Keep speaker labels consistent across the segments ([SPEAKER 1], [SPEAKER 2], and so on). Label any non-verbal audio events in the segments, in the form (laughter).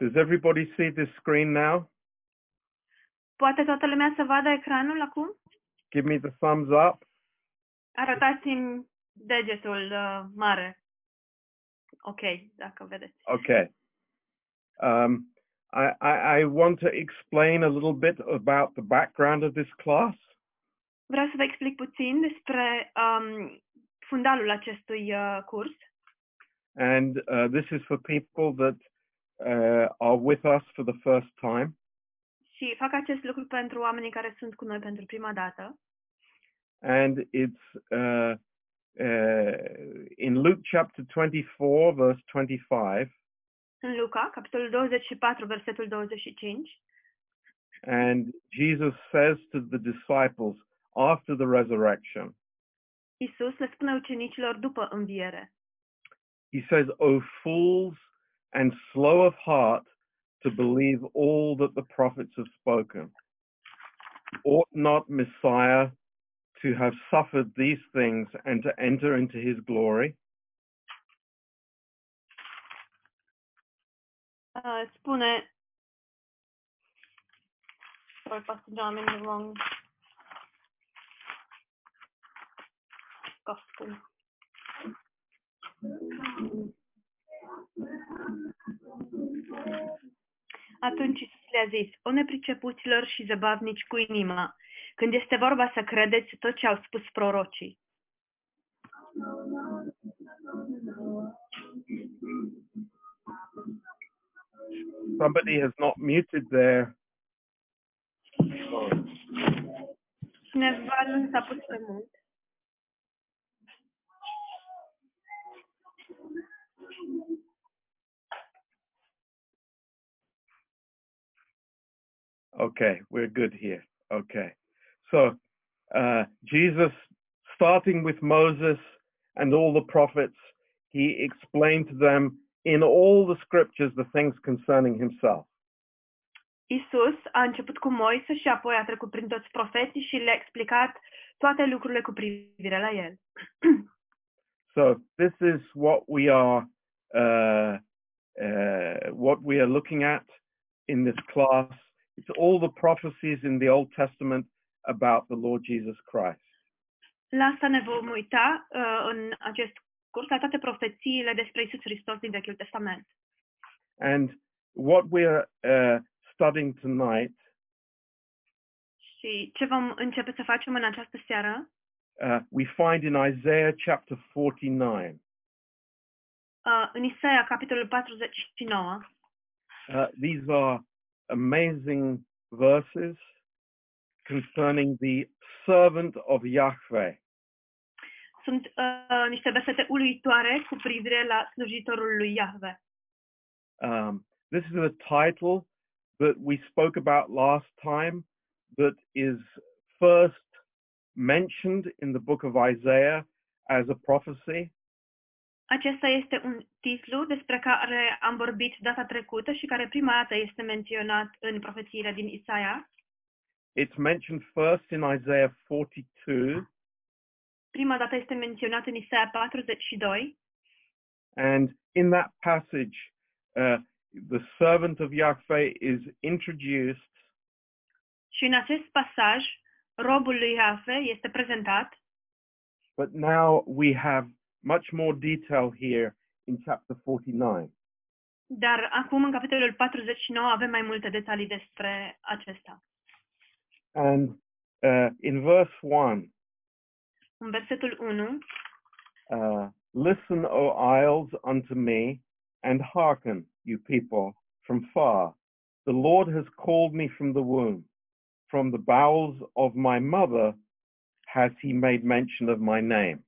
[SPEAKER 1] Does everybody see this screen now?
[SPEAKER 2] Poate toată lumea să vadă ecranul acum?
[SPEAKER 1] Give me the thumbs up.
[SPEAKER 2] Arătați-mi degetul uh, mare. Ok, dacă vedeți.
[SPEAKER 1] Okay. Um, I, I, I want to explain a little bit about the background of this class.
[SPEAKER 2] Vreau să vă explic puțin despre um, fundalul acestui uh, curs.
[SPEAKER 1] And uh, this is for people that uh, are with us for the first time.
[SPEAKER 2] Și fac acest lucru pentru oamenii care sunt cu noi pentru prima dată.
[SPEAKER 1] And it's uh, uh, in Luke chapter 24, verse 25.
[SPEAKER 2] În Luca, capitolul 24, versetul 25,
[SPEAKER 1] And Jesus says to the disciples after the resurrection,
[SPEAKER 2] Isus le spune ucenicilor după înviere.
[SPEAKER 1] He says, O fools and slow of heart to believe all that the prophets have spoken. Ought not Messiah to have suffered these things and to enter into his glory?
[SPEAKER 2] Uh, spune... Sorry, Pastor John, I'm in the wrong gospel. Atunci Iisus le-a zis, o nepricepuților și zăbavnici cu inima, când este vorba să credeți tot ce au spus prorocii.
[SPEAKER 1] Somebody has not muted their.
[SPEAKER 2] Cineva nu s-a pus pe mult.
[SPEAKER 1] Okay, we're good here. Okay. So, uh, Jesus, starting with Moses and all the prophets, he explained to them in all the scriptures the things concerning himself.
[SPEAKER 2] Isus a început cu Moise și apoi a trecut prin toți profeții și le-a explicat toate lucrurile cu privire la el.
[SPEAKER 1] So this is what we are uh, uh, what we are looking at in this class. It's all the prophecies in the Old Testament about the Lord Jesus Christ.
[SPEAKER 2] La asta ne vom uita uh, în acest curs, la toate profețiile despre Isus Hristos din Vechiul Testament.
[SPEAKER 1] And what we are uh, studying tonight
[SPEAKER 2] Și ce vom începe să facem în această seară?
[SPEAKER 1] uh, we find in Isaiah chapter 49.
[SPEAKER 2] Uh, în Isaia, capitolul 49,
[SPEAKER 1] Uh, these are amazing verses concerning the servant of Yahweh.
[SPEAKER 2] sunt uh, niște versete uluitoare cu privire la slujitorul lui Iahve.
[SPEAKER 1] Um, this is a title that we spoke about last time that is first mentioned in the book of Isaiah as a prophecy.
[SPEAKER 2] Acesta este un titlu despre care am vorbit data trecută și care prima dată este menționat în profețiile din Isaia.
[SPEAKER 1] It's mentioned first in Isaiah 42
[SPEAKER 2] Prima dată este menționat în Isaia 42
[SPEAKER 1] And in that passage, uh, the servant of Yahweh is introduced
[SPEAKER 2] și în acest pasaj robul lui Iahve este prezentat,
[SPEAKER 1] But now we have much more detail here in chapter 49.
[SPEAKER 2] dar acum în capitolul 49 avem mai multe detalii despre acesta.
[SPEAKER 1] And uh, in verse 1,
[SPEAKER 2] În versetul 1,
[SPEAKER 1] uh, listen, O isles, unto me, and hearken, you people, from far. The Lord has called me from the womb. From the bowels of my mother has he made mention of my name.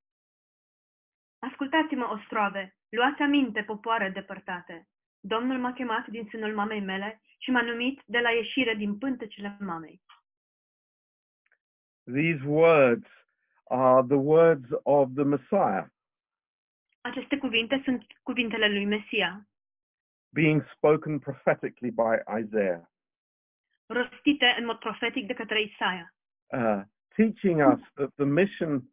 [SPEAKER 2] Ascultați-mă, ostroave, luați aminte, popoare depărtate. Domnul m-a chemat din sânul mamei mele și m-a numit de la ieșire din pântecele mamei.
[SPEAKER 1] These words are the words of the Messiah
[SPEAKER 2] Aceste cuvinte sunt cuvintele lui Mesia,
[SPEAKER 1] being spoken prophetically by Isaiah.
[SPEAKER 2] rostite în mod profetic de către Isaia,
[SPEAKER 1] uh, teaching us that the mission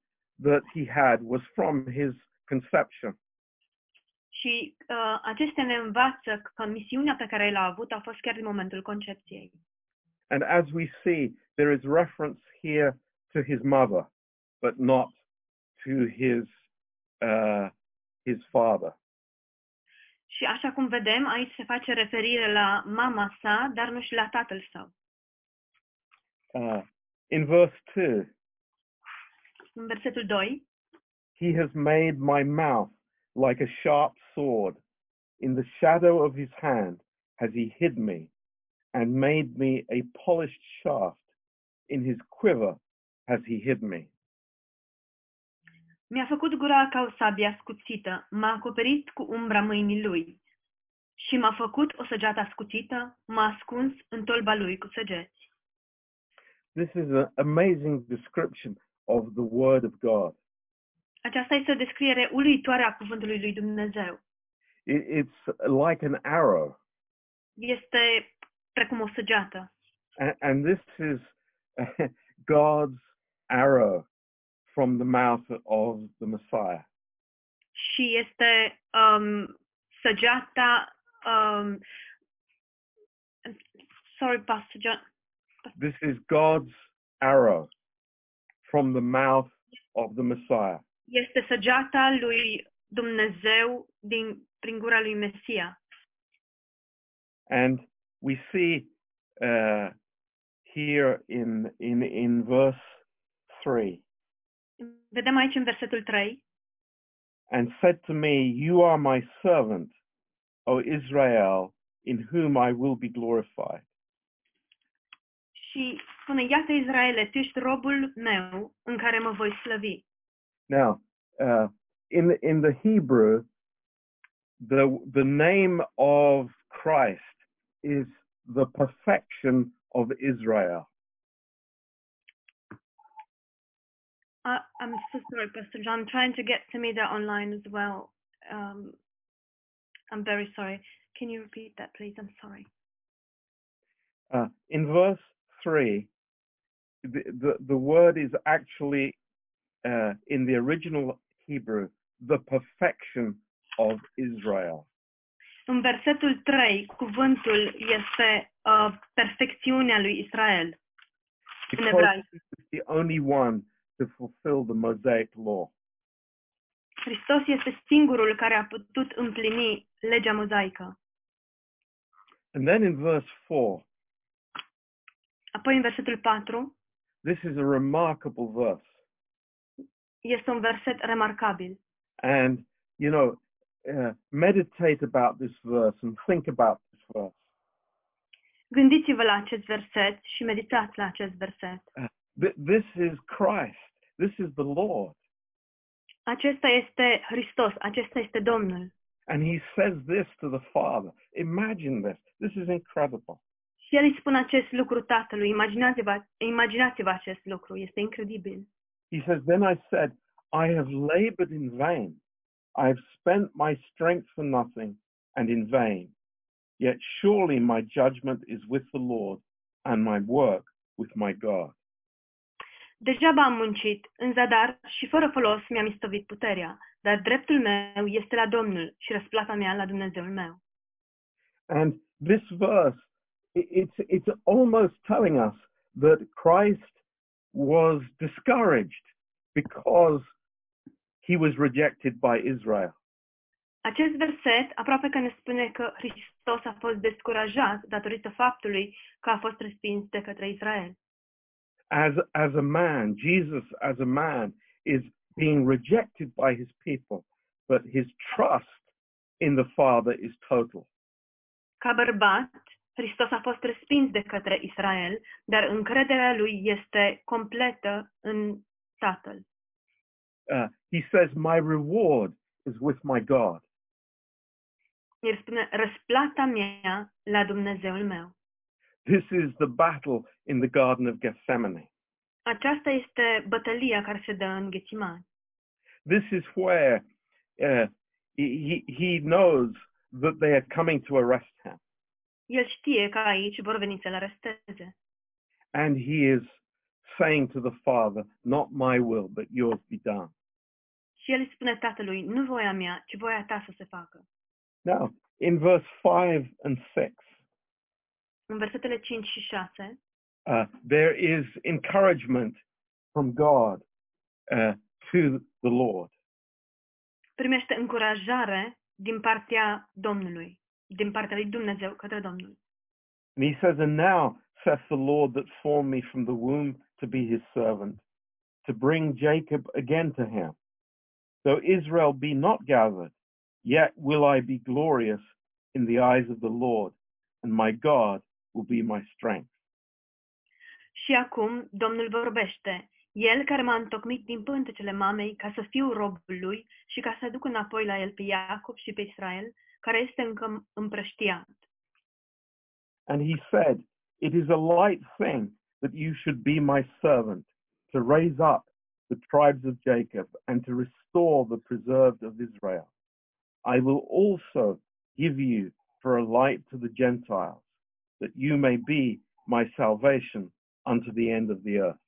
[SPEAKER 1] that he had was from his conception.
[SPEAKER 2] și și uh, acestea ne învață că misiunea pe care l-a avut a fost chiar din momentul concepției.
[SPEAKER 1] And as we see, there is reference here to his mother, but not to his uh, his father.
[SPEAKER 2] Și așa cum vedem, aici se face referire la mama sa, dar nu și la tatăl său.
[SPEAKER 1] Uh, in verse two,
[SPEAKER 2] În versetul 2,
[SPEAKER 1] he has made my mouth like a sharp sword. In the shadow of his hand has he hid me, and made me a polished shaft. In his quiver has he hid me.
[SPEAKER 2] Mi-a făcut gura ca o sabie ascuțită, m-a acoperit cu umbra mâinii lui și m-a făcut o săgeată ascuțită, m-a ascuns în tolba lui cu săgeți.
[SPEAKER 1] This is an amazing description of the Word of God.
[SPEAKER 2] Aceasta este o descriere uluitoare a cuvântului lui Dumnezeu.
[SPEAKER 1] It, it's like an arrow,
[SPEAKER 2] Este precum o săgeată.
[SPEAKER 1] and, and this is (laughs) God's arrow from the mouth of the Messiah.
[SPEAKER 2] și este um, săgeata um, sorry, Pastor John,
[SPEAKER 1] This is God's arrow from the mouth of the Messiah.
[SPEAKER 2] este săgeata lui Dumnezeu din, prin gura lui Mesia.
[SPEAKER 1] And we see uh, here in, in, in verse 3
[SPEAKER 2] Vedem aici în versetul 3,
[SPEAKER 1] and said to me, You are my servant, O Israel, in whom I will be glorified.
[SPEAKER 2] și spune, iată Israele, tu ești robul meu în care mă voi slăvi.
[SPEAKER 1] Now, uh, in, in the Hebrew, the, the name of Christ is the perfection of Israel.
[SPEAKER 2] Uh, I'm so sorry, Pastor John, I'm trying to get to me that online as well. Um, I'm very sorry. Can you repeat that, please? I'm sorry.
[SPEAKER 1] Uh, in verse 3, the, the, the word is actually, uh, in the original Hebrew, the perfection of Israel.
[SPEAKER 2] În versetul 3, cuvântul este uh, perfecțiunea lui Israel în
[SPEAKER 1] Because
[SPEAKER 2] ebraic.
[SPEAKER 1] it's the only one to fulfill the Mosaic law.
[SPEAKER 2] Hristos este singurul care a putut împlini legea mozaică.
[SPEAKER 1] And then in verse 4,
[SPEAKER 2] Apoi în versetul 4
[SPEAKER 1] this is a remarkable verse.
[SPEAKER 2] este un verset remarcabil.
[SPEAKER 1] And, you know, uh, meditate about this verse and think about this verse.
[SPEAKER 2] Gândiți-vă la acest verset și meditați la acest verset.
[SPEAKER 1] Th- this is Christ. This is the Lord.
[SPEAKER 2] Acesta este Hristos, acesta este Domnul.
[SPEAKER 1] And he says this to the Father. Imagine this. This is incredible.
[SPEAKER 2] Și el îi spune acest lucru tatălui, imaginați-vă, imaginați-vă acest lucru, este incredibil.
[SPEAKER 1] He says, Then I said, I have labored in vain. I have spent my strength for nothing and in vain. Yet surely my judgment is with the Lord and my work with my God.
[SPEAKER 2] Degeaba am muncit, în zadar și fără folos mi-am istovit puterea, dar dreptul meu este la Domnul și răsplata mea la Dumnezeul meu.
[SPEAKER 1] And this verse, i- it's, it's almost telling us that Christ was discouraged because he was rejected by Israel.
[SPEAKER 2] Acest verset aproape că ne spune că Hristos a fost descurajat datorită faptului că a fost respins de către Israel.
[SPEAKER 1] As, as a man, Jesus as a man is being rejected by his people, but his trust in the Father is total.
[SPEAKER 2] Ca bărbat, Hristos a fost respins de către Israel, dar încrederea lui este completă în Tatăl.
[SPEAKER 1] Uh, he says, My reward is with my God.
[SPEAKER 2] El spune, răsplata mea la Dumnezeul meu.
[SPEAKER 1] This is the battle in the Garden of Gethsemane.
[SPEAKER 2] Aceasta este bătălia care se dă în Ghețiman.
[SPEAKER 1] this is where uh, he, he knows that they are coming to arrest him.
[SPEAKER 2] El știe că aici vor veni să-l aresteze.
[SPEAKER 1] And he is saying to the Father, Not my will, but yours be done.
[SPEAKER 2] Și el îi spune tatălui, nu voia mea, ci voia ta să se facă.
[SPEAKER 1] Now, in verse 5 and 6,
[SPEAKER 2] În versetele 5 și 6
[SPEAKER 1] uh, there is encouragement from God uh, to the Lord.
[SPEAKER 2] primește încurajare din partea Domnului, din partea lui Dumnezeu către Domnul.
[SPEAKER 1] And he says, And now saith the Lord that formed me from the womb to be his servant, to bring Jacob again to him. Though Israel be not gathered, yet will I be glorious in the eyes of the Lord, and my God will be my strength.
[SPEAKER 2] Și acum Domnul vorbește, El care m-a întocmit din pântecele mamei ca să fiu robul lui și ca să aduc înapoi la el pe Iacob și pe Israel, care este încă împrăștiat.
[SPEAKER 1] And he said, It is a light thing that you should be my servant, to raise up the tribes of Jacob and to restore the preserved of Israel. I will also give you for a light to the Gentiles, that you may be my salvation unto the end of the earth.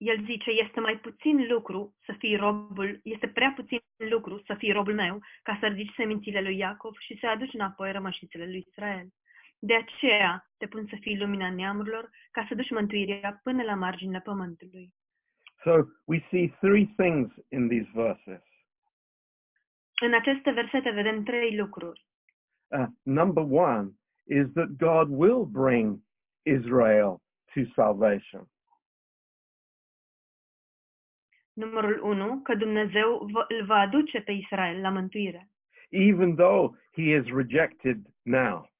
[SPEAKER 2] El zice, este mai puțin lucru să fii robul, este prea puțin lucru să fii robul meu, ca să ridici semințile lui Iacov și să aduci înapoi rămășițele lui Israel. De aceea te pun să fii lumina neamurilor, ca să duci mântuirea până la marginile pământului.
[SPEAKER 1] So we see three things in these verses.
[SPEAKER 2] În aceste versete vedem trei lucruri.
[SPEAKER 1] Uh, number one is that God will bring Israel to salvation.
[SPEAKER 2] Numărul 1, că Dumnezeu vă- îl va aduce pe Israel la mântuire,
[SPEAKER 1] even though he is rejected now.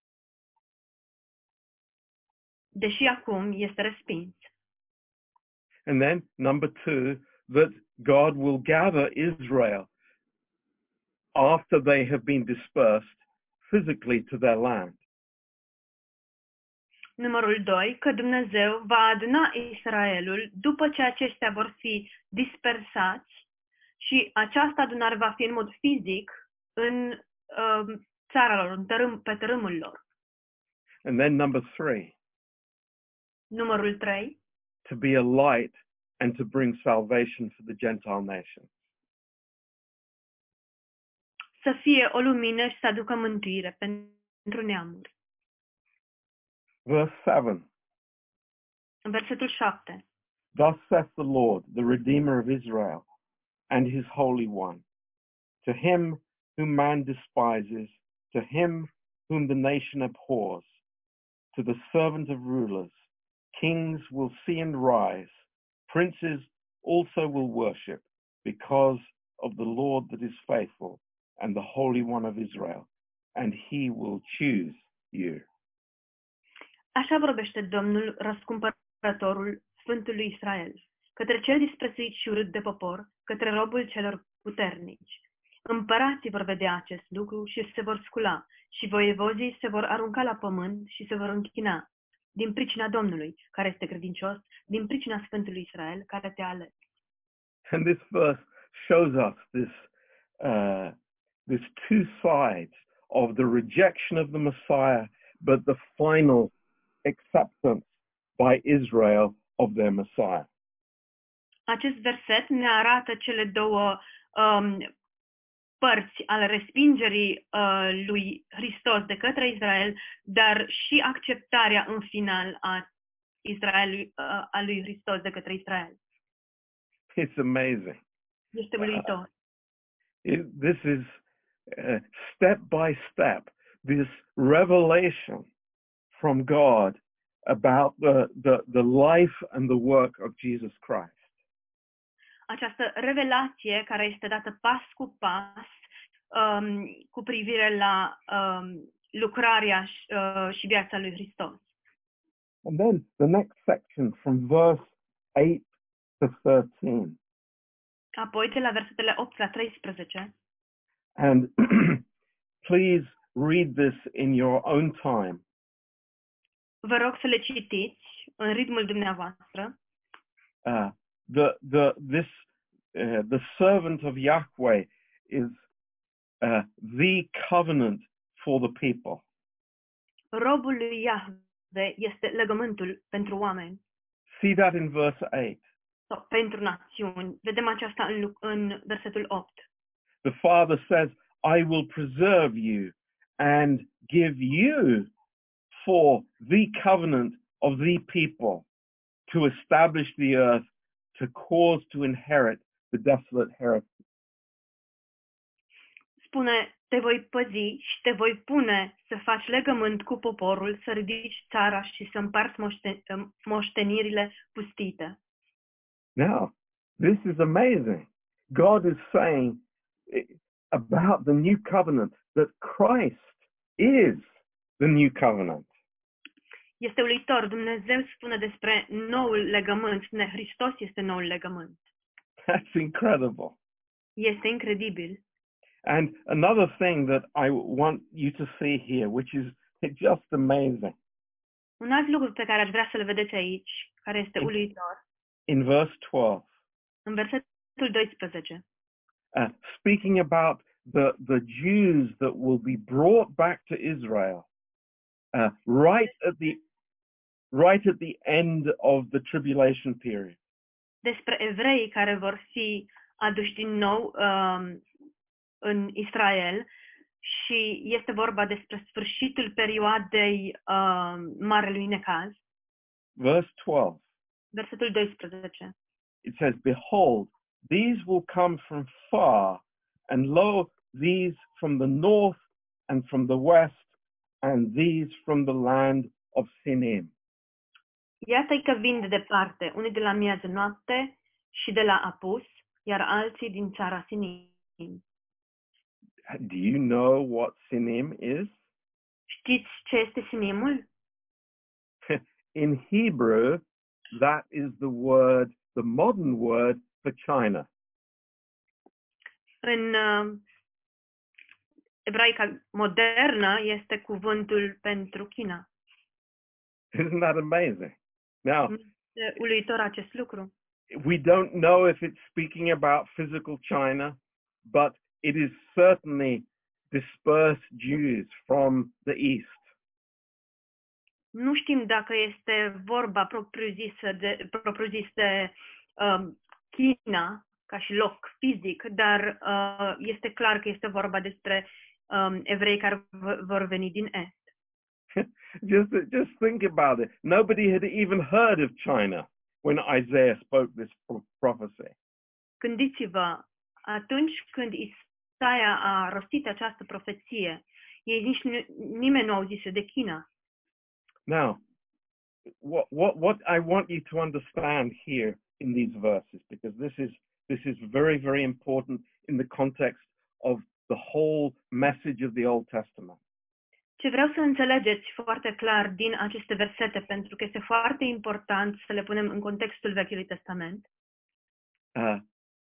[SPEAKER 2] deși acum este respins.
[SPEAKER 1] And then number two, that God will gather Israel after they have been dispersed physically to their land.
[SPEAKER 2] Numărul 2, că Dumnezeu va aduna Israelul după ce aceștia vor fi dispersați și această adunare va fi în mod fizic în um, țara lor, în tărâm, pe tărâmul lor.
[SPEAKER 1] And then number three,
[SPEAKER 2] Numărul 3,
[SPEAKER 1] to be a light and to bring salvation for the Gentile nation.
[SPEAKER 2] să fie o lumină și să aducă mântuire pentru neamuri.
[SPEAKER 1] Verse seven,
[SPEAKER 2] În versetul 7,
[SPEAKER 1] thus saith the Lord, the Redeemer of Israel and his Holy One, to him whom man despises, to him whom the nation abhors, to the servant of rulers, kings will see and rise, princes also will worship, because of the Lord that is faithful and the Holy One of Israel, and he will choose you.
[SPEAKER 2] Așa vorbește Domnul răscumpărătorul Sfântului Israel, către cel disprețuit și urât de popor, către robul celor puternici. Împărații vor vedea acest lucru și se vor scula, și voievozii se vor arunca la pământ și se vor închina, din pricina Domnului, care este credincios, din pricina Sfântului Israel, care te-a ales.
[SPEAKER 1] And this verse shows us this, uh, this two sides of the rejection of the Messiah, but the final acceptance by Israel of their Messiah.
[SPEAKER 2] Acest verset ne arată cele două um, părți ale respingerii uh, lui Hristos de către Israel, dar și acceptarea în final a, Israelului, uh, a lui Hristos de către Israel.
[SPEAKER 1] It's amazing.
[SPEAKER 2] Este uluitor.
[SPEAKER 1] It, this is uh, step by step, this revelation from God about the, the, the life and the work of Jesus Christ.
[SPEAKER 2] Această revelație care este dată pas cu pas um, cu privire la um, lucrarea și, uh, și viața lui Hristos.
[SPEAKER 1] And then the next section from verse 8 to 13.
[SPEAKER 2] Apoi, de la versetele 8 la 13,
[SPEAKER 1] And (clears throat) please read this in your own time.
[SPEAKER 2] vă rog să le citiți în ritmul dumneavoastră.
[SPEAKER 1] Uh, the, the, this, uh, the servant of Yahweh is uh, the covenant for the people.
[SPEAKER 2] Robul lui Iahve este legământul pentru oameni
[SPEAKER 1] See that in verse 8.
[SPEAKER 2] sau pentru națiuni. Vedem aceasta în, lu- în versetul 8.
[SPEAKER 1] The Father says, I will preserve you and give you for the covenant of the people to establish the earth, to cause to inherit the desolate heritage.
[SPEAKER 2] Spune, te voi păzi și te voi pune să faci legământ cu poporul, să ridici țara și să împarți moște- um, moștenirile pustite.
[SPEAKER 1] Now, this is amazing. God is saying eh, about the new covenant that Christ is the new covenant. (laughs)
[SPEAKER 2] Este uitor, Dumnezeu spune despre noul legământ, spune Hristos este noul legământ.
[SPEAKER 1] That's incredible.
[SPEAKER 2] Este incredibil.
[SPEAKER 1] And another thing that I want you to see here, which is just amazing,
[SPEAKER 2] Un alt lucru pe care aș vrea să-l vedeți aici, care este
[SPEAKER 1] Mhm.
[SPEAKER 2] uluitor,
[SPEAKER 1] in verse 12,
[SPEAKER 2] în versetul 12,
[SPEAKER 1] uh, speaking about the, the Jews that will be brought back to Israel uh, right at the right at the end of the tribulation period.
[SPEAKER 2] despre evreii care vor fi aduși din nou um, în Israel și este vorba despre sfârșitul perioadei um, Marelui Necaz,
[SPEAKER 1] Verse 12,
[SPEAKER 2] versetul 12.
[SPEAKER 1] it says, Behold, these will come from far, and lo, these from the north and from the west, and these from the land of Sinim.
[SPEAKER 2] Iată-i că vin de departe, unii de la miază noapte și de la apus, iar alții din țara Sinim.
[SPEAKER 1] Do you know what Sinim is?
[SPEAKER 2] Știți ce este Sinimul?
[SPEAKER 1] In Hebrew, that is the word, the modern word for China. (laughs)
[SPEAKER 2] În uh, ebraica modernă este cuvântul pentru China.
[SPEAKER 1] Isn't that amazing? Now,
[SPEAKER 2] E uluitor acest lucru.
[SPEAKER 1] we don't know if it's speaking about physical China, but it is certainly dispersed Jews from the East.
[SPEAKER 2] Nu știm dacă este vorba propriu-zisă de, propriu-zis de um, China ca și loc fizic, dar uh, este clar că este vorba despre um, evrei care v- vor veni din Est.
[SPEAKER 1] Just, just think about it. Nobody had even heard of China when Isaiah spoke this pro- prophecy.
[SPEAKER 2] Gândiți-vă, atunci când Isaia a rostit această profeție, ei nici nu, nimeni nu auzise de China.
[SPEAKER 1] Now, what, what, what I want you to understand here in these verses, because this is, this is very, very important in the context of the whole message of the Old Testament.
[SPEAKER 2] Ce vreau să înțelegeți foarte clar din aceste versete, pentru că este foarte important să le punem în contextul Vechiului Testament,
[SPEAKER 1] uh,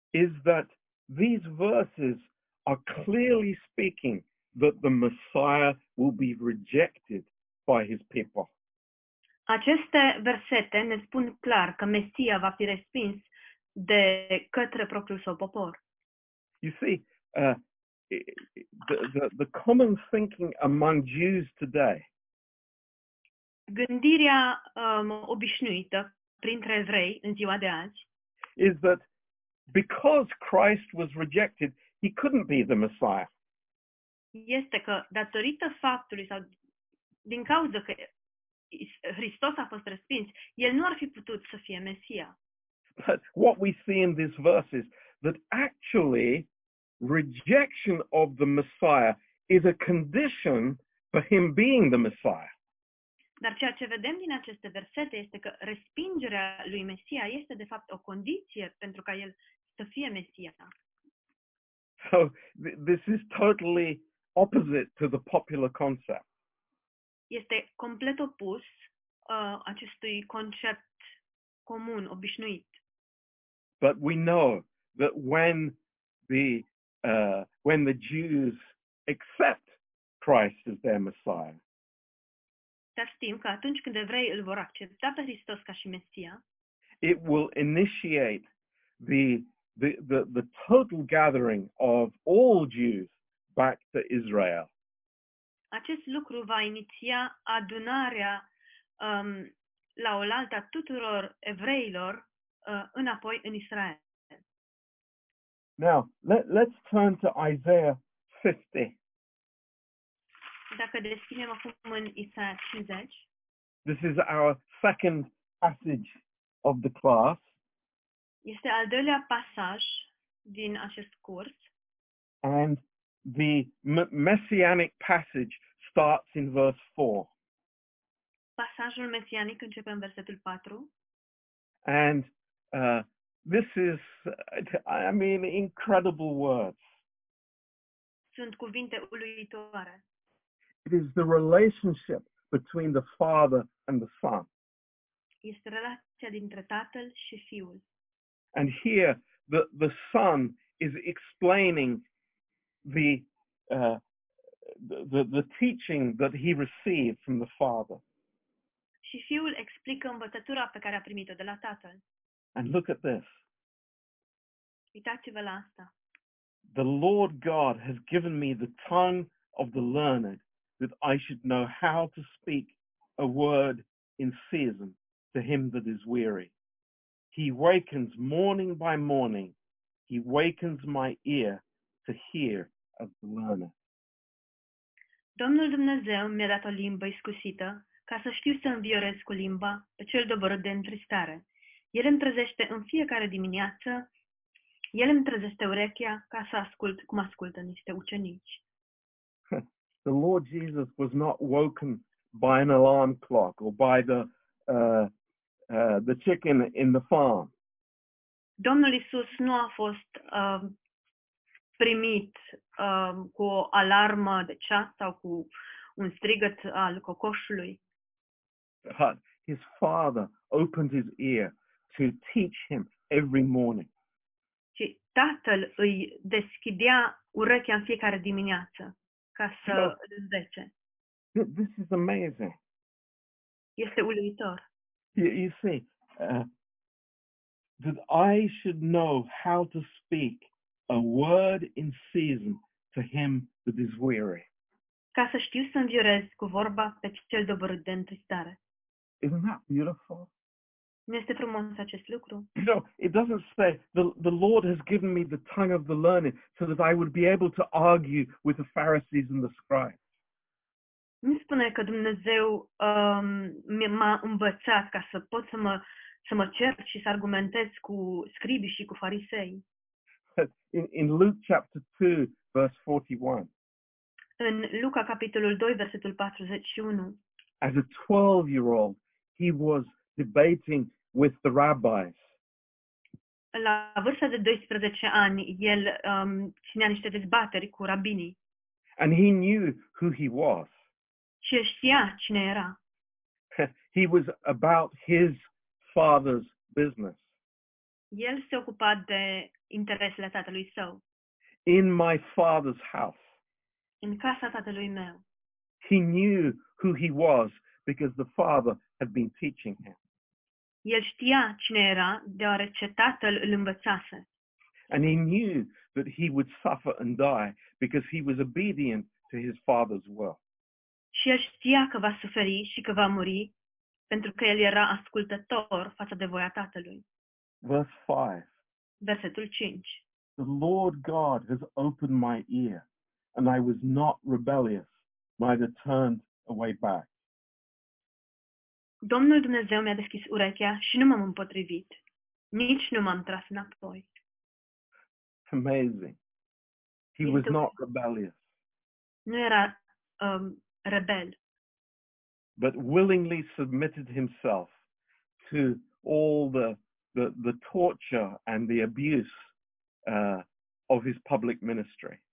[SPEAKER 1] is that these verses are clearly speaking that the Messiah will be rejected by his people.
[SPEAKER 2] aceste versete ne spun clar că Mesia va fi respins de către propriul său popor.
[SPEAKER 1] You see, uh, i- i- the, the, the common thinking among Jews today
[SPEAKER 2] Gândirea um, obișnuită printre evrei în ziua de azi
[SPEAKER 1] is that because Christ was rejected, he couldn't be the Messiah.
[SPEAKER 2] este că datorită faptului sau din cauza că Is- Hristos a fost respins, el nu ar fi putut să fie Mesia.
[SPEAKER 1] But what we see in these verses that actually rejection of the Messiah is a condition for him being the Messiah.
[SPEAKER 2] Dar ceea ce vedem din aceste versete este că respingerea lui Mesia este de fapt o condiție pentru ca el să fie Mesia.
[SPEAKER 1] So th- this is totally opposite to the popular concept.
[SPEAKER 2] Este complet opus uh, acestui concept comun, obișnuit.
[SPEAKER 1] But we know that when the uh, when the Jews accept Christ as their Messiah,
[SPEAKER 2] Dar știm că atunci când evrei îl vor accepta pe Hristos ca și Mesia,
[SPEAKER 1] it will initiate the the, the, the total gathering of all Jews back to Israel.
[SPEAKER 2] acest lucru va iniția adunarea um, la oaltă a tuturor evreilor uh, înapoi în Israel.
[SPEAKER 1] Now, let, let's turn to Isaiah 50,
[SPEAKER 2] Dacă deschidem acum în Isaia 50,
[SPEAKER 1] this is our second passage of the class.
[SPEAKER 2] este al doilea pasaj din acest curs
[SPEAKER 1] And the m- messianic passage starts in verse 4.
[SPEAKER 2] Pasajul mesianic începe în versetul 4
[SPEAKER 1] And uh, this is, uh, I mean, incredible words.
[SPEAKER 2] sunt cuvinte uluitoare.
[SPEAKER 1] It is the relationship between the Father and the Son.
[SPEAKER 2] Este relația dintre tatăl și fiul.
[SPEAKER 1] And here, the, the Son is explaining the, uh, the, the, the teaching that he received from the Father.
[SPEAKER 2] Și fiul explică învățătura pe care a primit-o de la tatăl.
[SPEAKER 1] And look at this.
[SPEAKER 2] Uitați-vă la asta.
[SPEAKER 1] The Lord God has given me the tongue of the learned that I should know how to speak a word in season to him that is weary. He wakens morning by morning. He wakens my ear to hear of the learner.
[SPEAKER 2] Domnul Dumnezeu mi-a dat o limbă iscusită ca să știu să înviorez cu limba pe cel dobărât de întristare. El îmi trezește în fiecare dimineață, el îmi trezește urechea ca să ascult cum ascultă niște ucenici.
[SPEAKER 1] The Lord Jesus was not woken by an alarm clock or by the, uh, uh, the chicken in the farm.
[SPEAKER 2] Domnul Isus nu a fost uh, primit uh, cu o alarmă de ceas sau cu un strigăt al cocoșului,
[SPEAKER 1] But his father opened his ear to teach him every morning.
[SPEAKER 2] ci tatăl îi deschidea urechea în fiecare dimineață ca să
[SPEAKER 1] Da.
[SPEAKER 2] îl învețe.
[SPEAKER 1] Th- This is amazing.
[SPEAKER 2] Este uluitor.
[SPEAKER 1] You, you see, uh, that I should know how to speak a word in season to him that is weary.
[SPEAKER 2] Ca să știu să înviorez cu vorba pe cel dobărât de întristare.
[SPEAKER 1] Isn't that beautiful?
[SPEAKER 2] Nu este frumos acest lucru?
[SPEAKER 1] You know, it doesn't say the, the Lord has given me the tongue of the learned so that I would be able to argue with the Pharisees and the scribes. (laughs)
[SPEAKER 2] Nu spune că Dumnezeu um, mi- m-a învățat ca să pot să mă, să mă cert și să argumentez cu scribii și cu farisei.
[SPEAKER 1] In, in Luke chapter 2, verse 41,
[SPEAKER 2] În Luca, capitolul 2, versetul 41,
[SPEAKER 1] as a 12 year old, he was debating with the rabbis.
[SPEAKER 2] la vârsta de 12 ani, el um, ținea niște dezbateri cu rabinii
[SPEAKER 1] and he knew who he was. (laughs)
[SPEAKER 2] și el știa cine era.
[SPEAKER 1] he was about his father's business.
[SPEAKER 2] El se ocupa de interesele tatălui său.
[SPEAKER 1] In my father's house,
[SPEAKER 2] În casa tatălui meu,
[SPEAKER 1] he knew who he was because the father had been teaching him.
[SPEAKER 2] el știa cine era, deoarece tatăl îl învățase.
[SPEAKER 1] And he knew that he would suffer and die because he was obedient to his father's will.
[SPEAKER 2] Și el știa că va suferi și că va muri, pentru că el era ascultător față de voia tatălui.
[SPEAKER 1] Verse 5
[SPEAKER 2] Versetul 5.
[SPEAKER 1] The Lord God has opened my ear, and I was not rebellious, neither turned away back.
[SPEAKER 2] Domnul Dumnezeu mi-a deschis urechea și nu m-am împotrivit. Nici nu m-am tras înapoi.
[SPEAKER 1] Amazing. He
[SPEAKER 2] He's
[SPEAKER 1] was
[SPEAKER 2] the-
[SPEAKER 1] not rebellious.
[SPEAKER 2] Nu era um, rebel,
[SPEAKER 1] but willingly submitted himself to all the, the, the torture and the abuse uh, of his public ministry.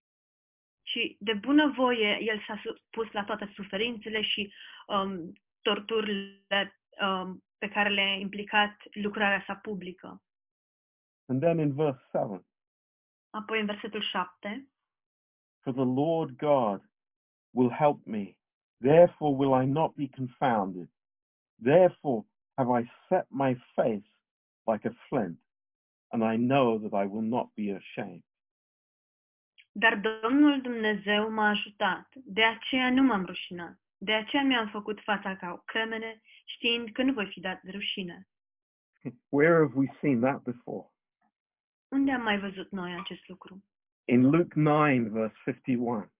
[SPEAKER 2] ci de bunăvoie el s-a supus la toate suferințele și um, torturile um, pe care le-a implicat lucrarea sa publică.
[SPEAKER 1] And then in verse 7,
[SPEAKER 2] Apoi în versetul 7,
[SPEAKER 1] for the Lord God will help me, therefore will I not be confounded. Therefore have I set my face like a flint, and I know that I will not be ashamed. (laughs)
[SPEAKER 2] Dar Domnul Dumnezeu m-a ajutat, de aceea nu m-am rușinat. De aceea mi-am făcut fața ca o cremene, știind că nu voi fi dat de rușine.
[SPEAKER 1] Where have we seen that before?
[SPEAKER 2] Unde am mai văzut noi acest lucru?
[SPEAKER 1] in Luke 9, verse 51.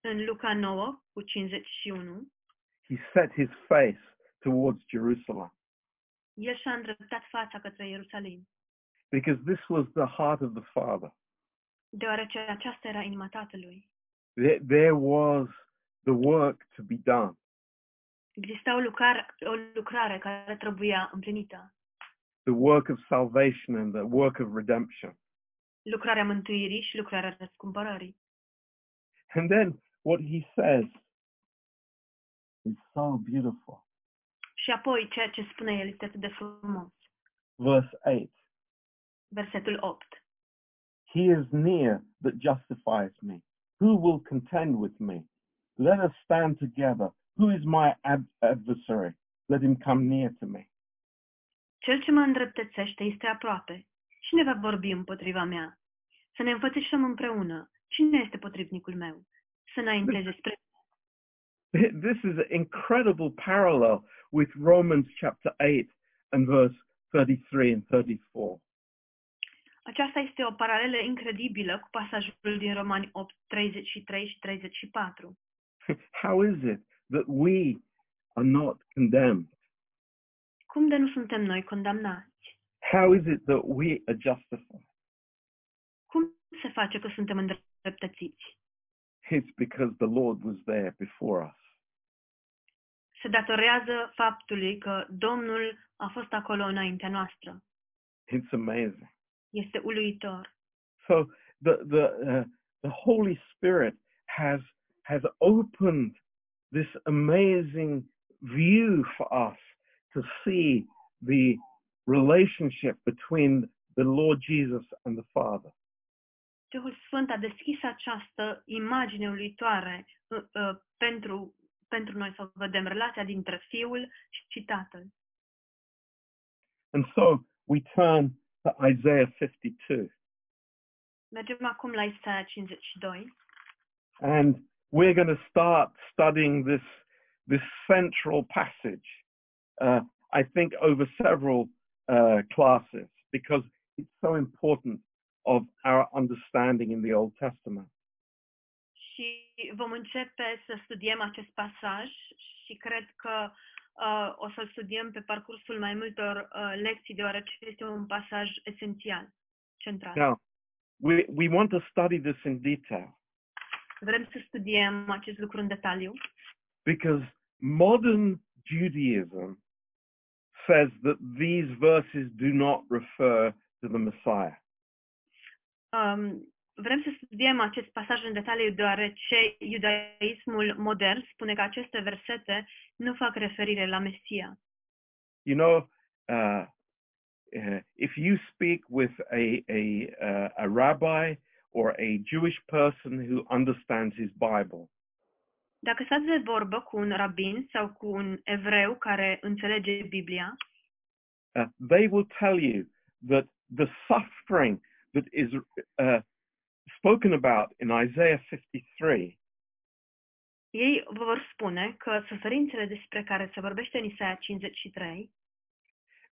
[SPEAKER 2] În Luca 9, cu 51,
[SPEAKER 1] He set his face towards Jerusalem
[SPEAKER 2] el și-a îndreptat fața către Ierusalim,
[SPEAKER 1] because this was the heart of the Father.
[SPEAKER 2] deoarece aceasta era inima Tatălui.
[SPEAKER 1] There, there was the work to be done.
[SPEAKER 2] Exista o lucrare, o lucrare care trebuia împlinită,
[SPEAKER 1] the work of salvation and the work of redemption.
[SPEAKER 2] lucrarea mântuirii și lucrarea răscumpărării.
[SPEAKER 1] And then what he says is so beautiful.
[SPEAKER 2] Și apoi ceea ce spune el este atât de frumos.
[SPEAKER 1] Verse 8
[SPEAKER 2] Versetul 8.
[SPEAKER 1] He is near that justifies me. Who will contend with me? Let us stand together. Who is my ad- adversary? Let him come near to me. (laughs)
[SPEAKER 2] Cel ce mă îndreptățește este aproape. Cine va vorbi împotriva mea? Să ne înfățișăm împreună. Cine este potrivnicul meu? Să înainteze spre
[SPEAKER 1] This is an incredible parallel with Romans chapter 8 and verse 33 and 34.
[SPEAKER 2] Aceasta este o paralelă incredibilă cu pasajul din Romani 8, 33 și 34.
[SPEAKER 1] (laughs) How is it that we are not condemned?
[SPEAKER 2] Cum de nu suntem noi condamnați?
[SPEAKER 1] How is it that we are justified?
[SPEAKER 2] Cum se face că suntem îndreptățiți?
[SPEAKER 1] It's because the Lord was there before us.
[SPEAKER 2] Se datorează faptului că Domnul a fost acolo înaintea noastră.
[SPEAKER 1] It's amazing.
[SPEAKER 2] Este uluitor.
[SPEAKER 1] So the the uh, the Holy Spirit has has opened this amazing view for us to see the relationship between the Lord Jesus and the Father.
[SPEAKER 2] Duhul Sfânt a deschis această imagine uluitoare uh, uh, pentru, pentru noi să vedem relația dintre Fiul și Tatăl.
[SPEAKER 1] And so we turn to Isaiah 52
[SPEAKER 2] Mergem acum la Isaia 52.
[SPEAKER 1] and we're going to start studying this this central passage. Uh, I think over several uh, classes because it's so important of our understanding in the Old Testament.
[SPEAKER 2] și vom începe să studiem acest pasaj și cred că uh, o să-l studiem pe parcursul mai multor uh, lecții, deoarece este un pasaj esențial, central.
[SPEAKER 1] Now, we we want to study this in detail
[SPEAKER 2] Vrem să studiem acest lucru în detaliu,
[SPEAKER 1] because modern Judaism says that these verses do not refer to the Messiah.
[SPEAKER 2] um, vrem să studiem acest pasaj în detaliu, deoarece iudaismul modern spune că aceste versete nu fac referire la Mesia.
[SPEAKER 1] you know, uh, uh, if you speak with a a, uh, a rabbi or a Jewish person who understands his Bible,
[SPEAKER 2] Dacă stați de vorbă cu un rabin sau cu un evreu care înțelege Biblia,
[SPEAKER 1] uh, they will tell you that the suffering that is uh, spoken about in Isaiah 53
[SPEAKER 2] Ei vă vor spune că suferințele despre care se vorbește în Isaia 53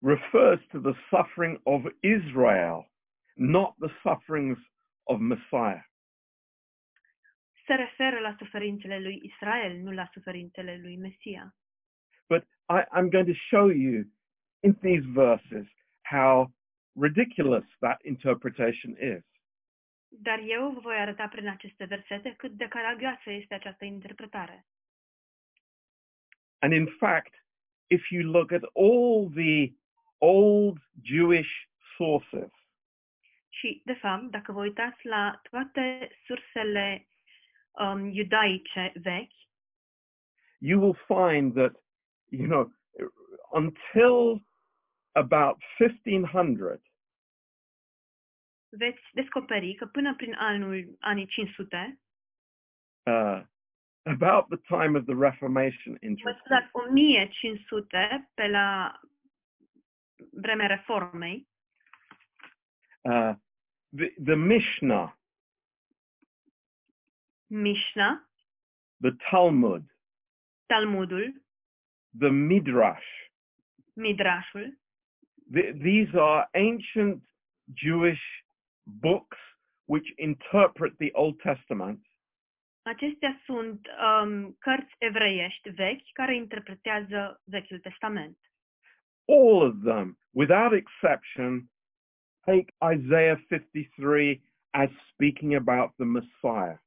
[SPEAKER 1] refers to the suffering of Israel, not the sufferings of Messiah.
[SPEAKER 2] se referă la suferințele lui Israel, nu la suferințele lui Mesia.
[SPEAKER 1] But I, I'm going to show you in these verses how ridiculous that interpretation is.
[SPEAKER 2] Dar eu vă voi arăta prin aceste versete cât de caragioasă este această interpretare.
[SPEAKER 1] And in fact, if you look at all the old Jewish sources,
[SPEAKER 2] Și, de fapt, dacă vă uitați la toate sursele um, iudaice vechi,
[SPEAKER 1] you will find that, you know, until about 1500,
[SPEAKER 2] veți descoperi că până prin anul anii 500,
[SPEAKER 1] uh, about the time of the Reformation,
[SPEAKER 2] vă
[SPEAKER 1] interestingly,
[SPEAKER 2] scuzați, 1500 pe la vremea reformei,
[SPEAKER 1] uh, the, the Mishnah,
[SPEAKER 2] Mishna,
[SPEAKER 1] the Talmud,
[SPEAKER 2] Talmudul,
[SPEAKER 1] the Midrash,
[SPEAKER 2] Midrashul.
[SPEAKER 1] th- these are ancient Jewish books which interpret the Old Testament
[SPEAKER 2] Acestea sunt um, cărți evreiești vechi care interpretează Vechiul Testament.
[SPEAKER 1] all of them, without exception, take Isaiah 53 as speaking about the Messiah.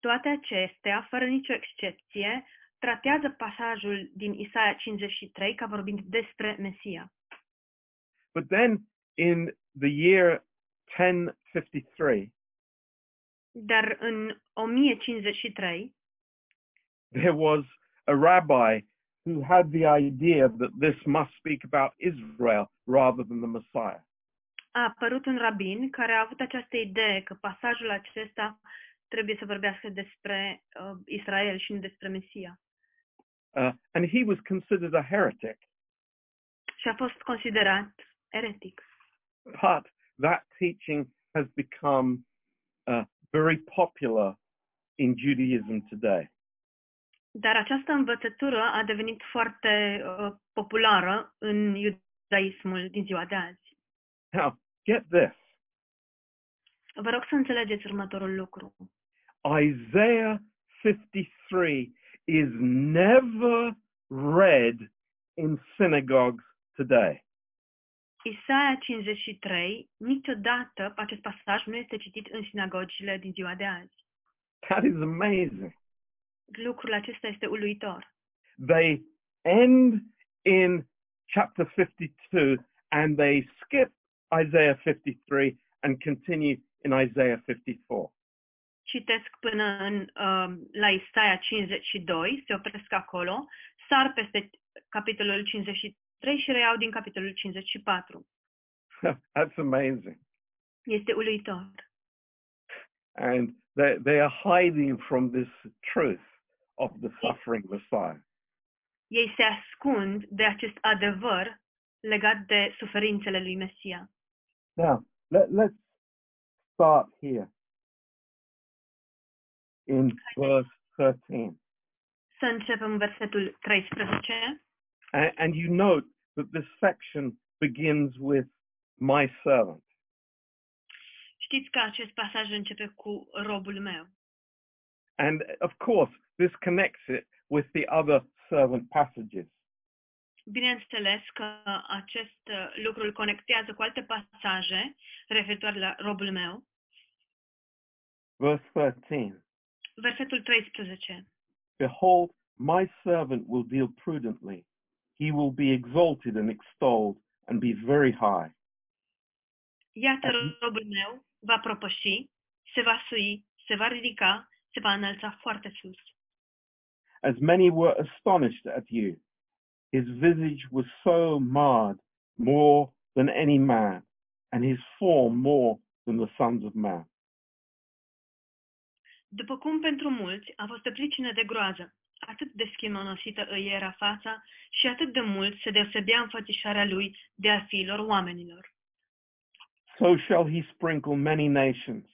[SPEAKER 2] Toate acestea, fără nicio excepție, tratează pasajul din Isaia 53 ca vorbind despre Mesia.
[SPEAKER 1] But then in the year 1053,
[SPEAKER 2] Dar în 1053
[SPEAKER 1] there was a rabbi who had the idea that this must speak about Israel rather than the Messiah.
[SPEAKER 2] a apărut un rabin care a avut această idee că pasajul acesta trebuie să vorbească despre uh, Israel și nu despre Mesia.
[SPEAKER 1] Uh, and he was considered a heretic,
[SPEAKER 2] Și a fost considerat eretic.
[SPEAKER 1] but that teaching has become uh, very popular in Judaism today.
[SPEAKER 2] Dar această învățătură a devenit foarte uh, populară în iudaismul din ziua de azi.
[SPEAKER 1] Now, get this.
[SPEAKER 2] Vă rog să înțelegeți următorul lucru.
[SPEAKER 1] Isaiah 53 is never read in synagogues today.
[SPEAKER 2] Isaia 53, niciodată acest pasaj nu este citit în sinagogile din ziua de azi.
[SPEAKER 1] That is amazing.
[SPEAKER 2] Lucrul acesta este uluitor.
[SPEAKER 1] They end in chapter 52 and they skip Isaiah 53 and continue in Isaiah 54.
[SPEAKER 2] Citesc până în, um, la Isaia 52, se opresc acolo, sar peste capitolul 53 și reiau din capitolul 54.
[SPEAKER 1] (laughs) That's amazing.
[SPEAKER 2] Este uluitor.
[SPEAKER 1] And they, they are hiding from this truth of the suffering Messiah.
[SPEAKER 2] ei se ascund de acest adevăr legat de suferințele lui Mesia.
[SPEAKER 1] Now, let, let's start here in verse 13.
[SPEAKER 2] Să începem versetul 13
[SPEAKER 1] And, and you note that this section begins with my servant.
[SPEAKER 2] Știți că acest pasaj începe cu robul meu.
[SPEAKER 1] And of course, this connects it with the other servant passages.
[SPEAKER 2] Bineînțeles că acest uh, lucru îl conectează cu alte pasaje referitoare la robul meu.
[SPEAKER 1] Verse 13
[SPEAKER 2] Versetul 13.
[SPEAKER 1] Behold, my servant will deal prudently. He will be exalted and extolled and be very high.
[SPEAKER 2] Iată
[SPEAKER 1] Acum-
[SPEAKER 2] robul meu va propăși, se va sui, se va ridica, se va înălța foarte sus.
[SPEAKER 1] as many were astonished at you. His visage was so marred more than any man, and his form more than the sons of man.
[SPEAKER 2] După cum pentru mulți a fost o pricină de groază, atât de schimonosită îi era fața și atât de mult se deosebea înfățișarea lui de a fiilor oamenilor.
[SPEAKER 1] So shall he sprinkle many nations.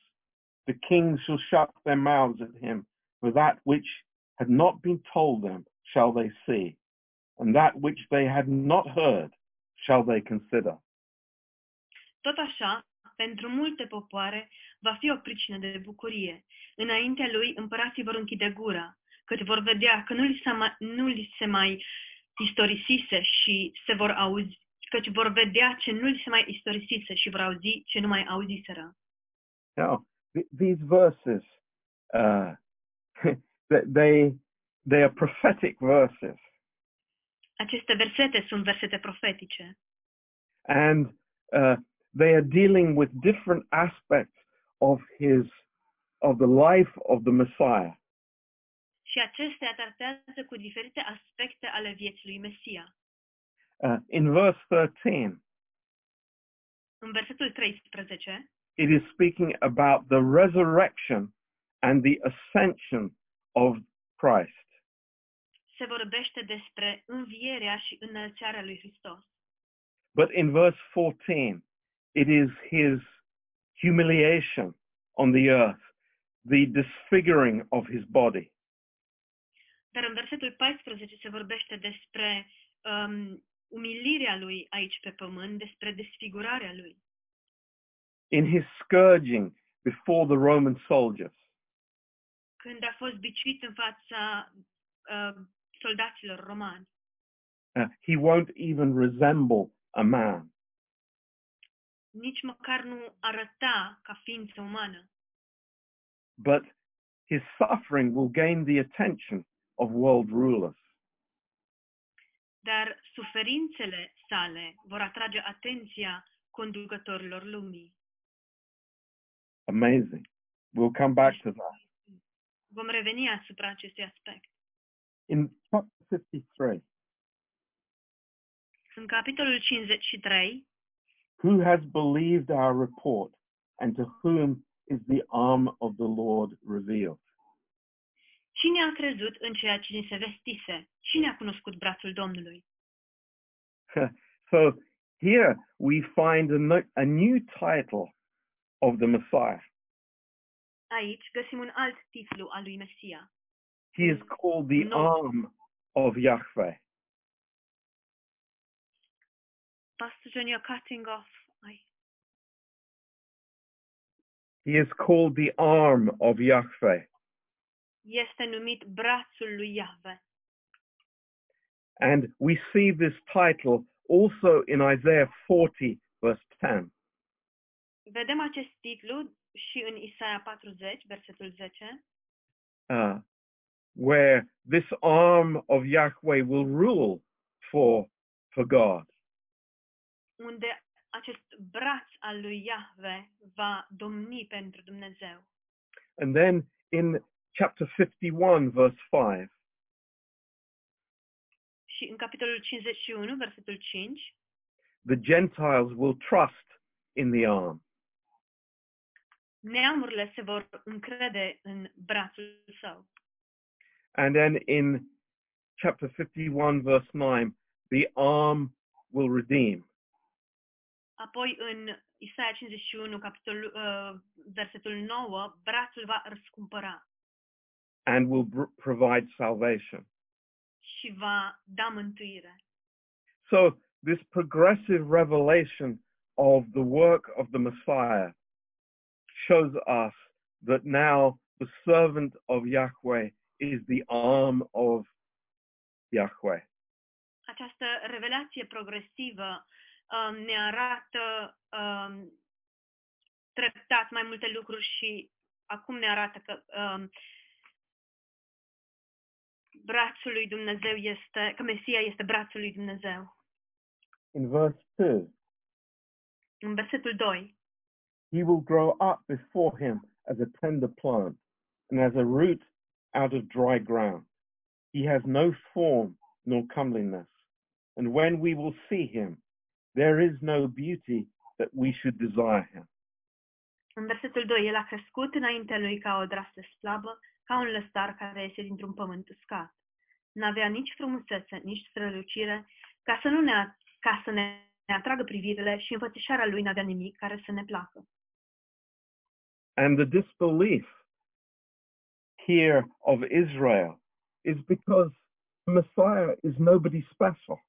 [SPEAKER 1] The kings shall shut their mouths at him, for that which had not been told them shall they see, and that which they had not heard shall they consider.
[SPEAKER 2] Tot așa, pentru multe popoare va fi o pricină de bucurie. Înaintea lui împărații vor închide gura, căci vor vedea că nu li, se mai, nu li se mai istorisise și se vor auzi, căci vor vedea ce nu li se mai istorisise și vor auzi ce nu mai auziseră.
[SPEAKER 1] Now, th- these verses, uh, (laughs) they, they, they are prophetic verses.
[SPEAKER 2] Aceste versete sunt versete profetice.
[SPEAKER 1] and uh, they are dealing with different aspects of his of the life of the Messiah.
[SPEAKER 2] și acestea tratează cu diferite aspecte ale vieții lui Mesia.
[SPEAKER 1] Uh, in verse 13,
[SPEAKER 2] În versetul 13
[SPEAKER 1] it is speaking about the resurrection and the ascension of Christ.
[SPEAKER 2] se vorbește despre învierea și înălțarea lui Hristos.
[SPEAKER 1] But in verse 14, it is his humiliation on the earth, the disfiguring of his body.
[SPEAKER 2] Dar în versetul 14 se vorbește despre um, umilirea lui aici pe pământ, despre desfigurarea lui.
[SPEAKER 1] In his scourging, before the Roman soldiers.
[SPEAKER 2] când a fost biciuit în fața uh, soldaților romani.
[SPEAKER 1] Uh, he won't even resemble a man.
[SPEAKER 2] Nici măcar nu arăta ca ființă umană,
[SPEAKER 1] But his suffering will gain the attention of world rulers.
[SPEAKER 2] dar suferințele sale vor atrage atenția conducătorilor lumii.
[SPEAKER 1] Amazing. We'll come back to that.
[SPEAKER 2] Vom reveni asupra acestui aspect.
[SPEAKER 1] In chapter 53,
[SPEAKER 2] În capitolul 53,
[SPEAKER 1] who has believed our report and to whom is the arm of the Lord revealed? (laughs)
[SPEAKER 2] cine a crezut în ceea ce ni se vestise? Cine a cunoscut brațul Domnului?
[SPEAKER 1] So here we find a, no- a new title of the Messiah.
[SPEAKER 2] Aici găsim un alt titlu al lui Mesia.
[SPEAKER 1] He is called the
[SPEAKER 2] No.
[SPEAKER 1] arm of Yahweh.
[SPEAKER 2] Pastor John, you're cutting off. I...
[SPEAKER 1] He is called the arm of Yahweh.
[SPEAKER 2] Este numit brațul lui Iahve.
[SPEAKER 1] And we see this title also in Isaiah 40, verse 10.
[SPEAKER 2] Vedem acest titlu și în Isaia 40, versetul 10,
[SPEAKER 1] uh, where this arm of Yahweh will rule for for God.
[SPEAKER 2] unde acest braț al lui Iahve va domni pentru Dumnezeu.
[SPEAKER 1] And then in chapter 51, verse 5,
[SPEAKER 2] Și în capitolul 51, versetul 5,
[SPEAKER 1] the Gentiles will trust in the arm.
[SPEAKER 2] neamurile se vor încrede în brațul său.
[SPEAKER 1] And then in chapter 51, verse 9, the arm will redeem.
[SPEAKER 2] Apoi în Isaia 51, capitolul, uh, versetul 9, brațul va răscumpăra
[SPEAKER 1] and will br- provide salvation.
[SPEAKER 2] și va da mântuire.
[SPEAKER 1] So this progressive revelation of the work of the Messiah shows us that now the servant of Yahweh is the arm of Yahweh.
[SPEAKER 2] această revelație progresivă um, ne arată um, treptat mai multe lucruri și acum ne arată că um, brațul lui Dumnezeu este, că Mesia este brațul lui Dumnezeu.
[SPEAKER 1] In verse 2,
[SPEAKER 2] În versetul 2,
[SPEAKER 1] he will grow up before him as a tender plant and as a root out of dry ground. He has no form nor comeliness. And when we will see him, there is no beauty that we should desire him.
[SPEAKER 2] în versetul 2, el a crescut înaintea lui ca o drastă slabă, ca un lăstar care iese dintr-un pământ uscat. N-avea nici frumusețe, nici strălucire, ca să, nu ne, a- ca să ne, ne atragă privirile și înfățișarea lui n-avea nimic care să ne placă.
[SPEAKER 1] And the disbelief here of Israel is because the Messiah is nobody special.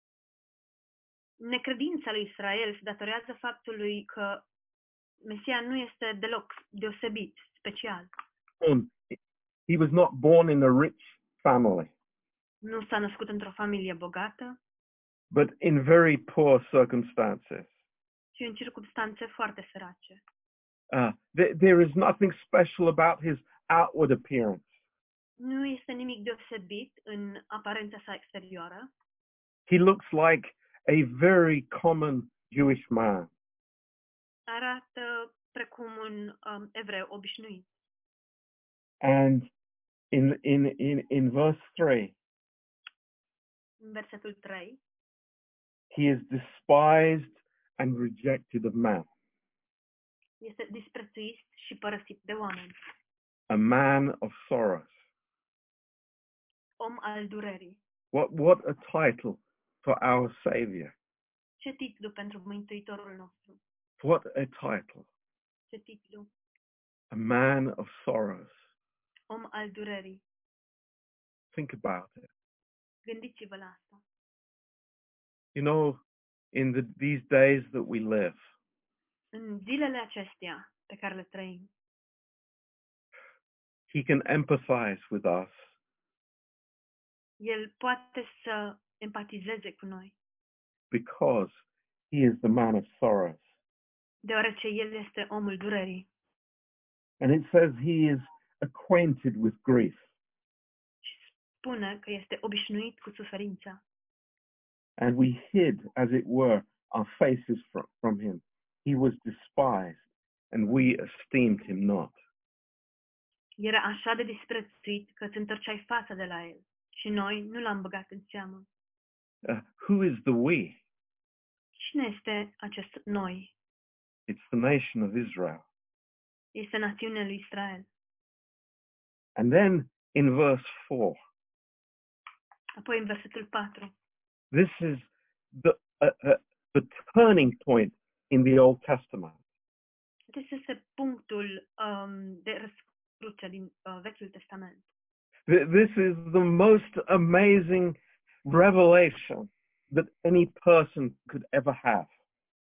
[SPEAKER 2] necredința lui Israel se datorează faptului că Mesia nu este deloc deosebit, special.
[SPEAKER 1] Um, He was not born in a rich family,
[SPEAKER 2] Nu s-a născut într-o familie bogată,
[SPEAKER 1] but in very poor circumstances.
[SPEAKER 2] ci în circunstanțe foarte sărace.
[SPEAKER 1] Uh, there, there is nothing special about his outward appearance,
[SPEAKER 2] Nu este nimic deosebit în aparența sa exterioară.
[SPEAKER 1] he looks like a very common Jewish man.
[SPEAKER 2] Arată precum un um, evreu obișnuit.
[SPEAKER 1] And in, in, in, in verse 3,
[SPEAKER 2] În versetul 3,
[SPEAKER 1] he is despised and rejected of man.
[SPEAKER 2] este disprețuit și părăsit de oameni.
[SPEAKER 1] a man of sorrows.
[SPEAKER 2] Om al durerii.
[SPEAKER 1] What, what a title for our Savior.
[SPEAKER 2] Ce titlu pentru Mântuitorul nostru?
[SPEAKER 1] What a title.
[SPEAKER 2] Ce titlu?
[SPEAKER 1] A man of sorrows.
[SPEAKER 2] Om al durerii.
[SPEAKER 1] Think about it.
[SPEAKER 2] Gândiți-vă la asta.
[SPEAKER 1] You know, in the, these days that we live,
[SPEAKER 2] în zilele acestea pe care le trăim,
[SPEAKER 1] He can empathize with us.
[SPEAKER 2] El poate să empatizeze cu noi,
[SPEAKER 1] because he is the man of sorrows.
[SPEAKER 2] deoarece El este omul durerii.
[SPEAKER 1] And it says he is acquainted with grief.
[SPEAKER 2] Și spune că este obișnuit cu suferința.
[SPEAKER 1] And we hid, as it were, our faces from, from him. He was despised, and we esteemed him not.
[SPEAKER 2] Era așa de disprețuit că îți întorceai fața de la El și noi nu L-am băgat în seamă.
[SPEAKER 1] Uh, who is the we?
[SPEAKER 2] Cine este acest noi?
[SPEAKER 1] It's the nation of Israel.
[SPEAKER 2] Este națiunea lui Israel.
[SPEAKER 1] And then in verse 4,
[SPEAKER 2] Apoi în versetul 4.
[SPEAKER 1] this is the, uh, uh, the turning point in the Old Testament.
[SPEAKER 2] Acesta este punctul um, de răscruce din uh, Vechiul Testament.
[SPEAKER 1] Th- This is the most amazing revelation that any person could ever have.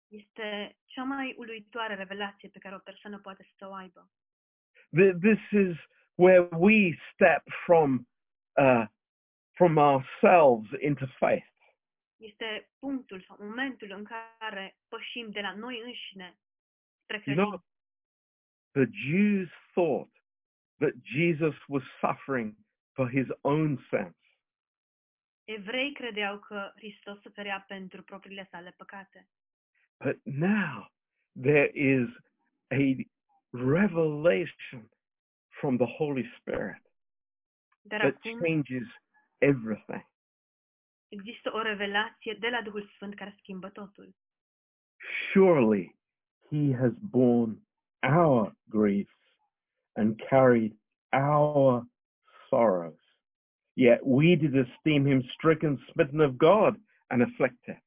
[SPEAKER 2] Este cea mai uluitoare revelație pe care o persoană poate să o aibă.
[SPEAKER 1] Th- This is where we step from, uh, from ourselves into faith.
[SPEAKER 2] Este punctul sau momentul în care pășim de la noi înșine spre
[SPEAKER 1] You
[SPEAKER 2] credință.
[SPEAKER 1] know, the Jews thought that Jesus was suffering for his own sins.
[SPEAKER 2] Evrei credeau că Hristos suferea pentru propriile sale păcate.
[SPEAKER 1] But now there is a revelation from the Holy Spirit
[SPEAKER 2] Dar
[SPEAKER 1] that
[SPEAKER 2] acum
[SPEAKER 1] changes everything.
[SPEAKER 2] există o revelație de la Duhul Sfânt care schimbă totul.
[SPEAKER 1] Surely he has borne our griefs and carried our sorrows. Yet we did esteem him stricken, smitten of God, and afflicted.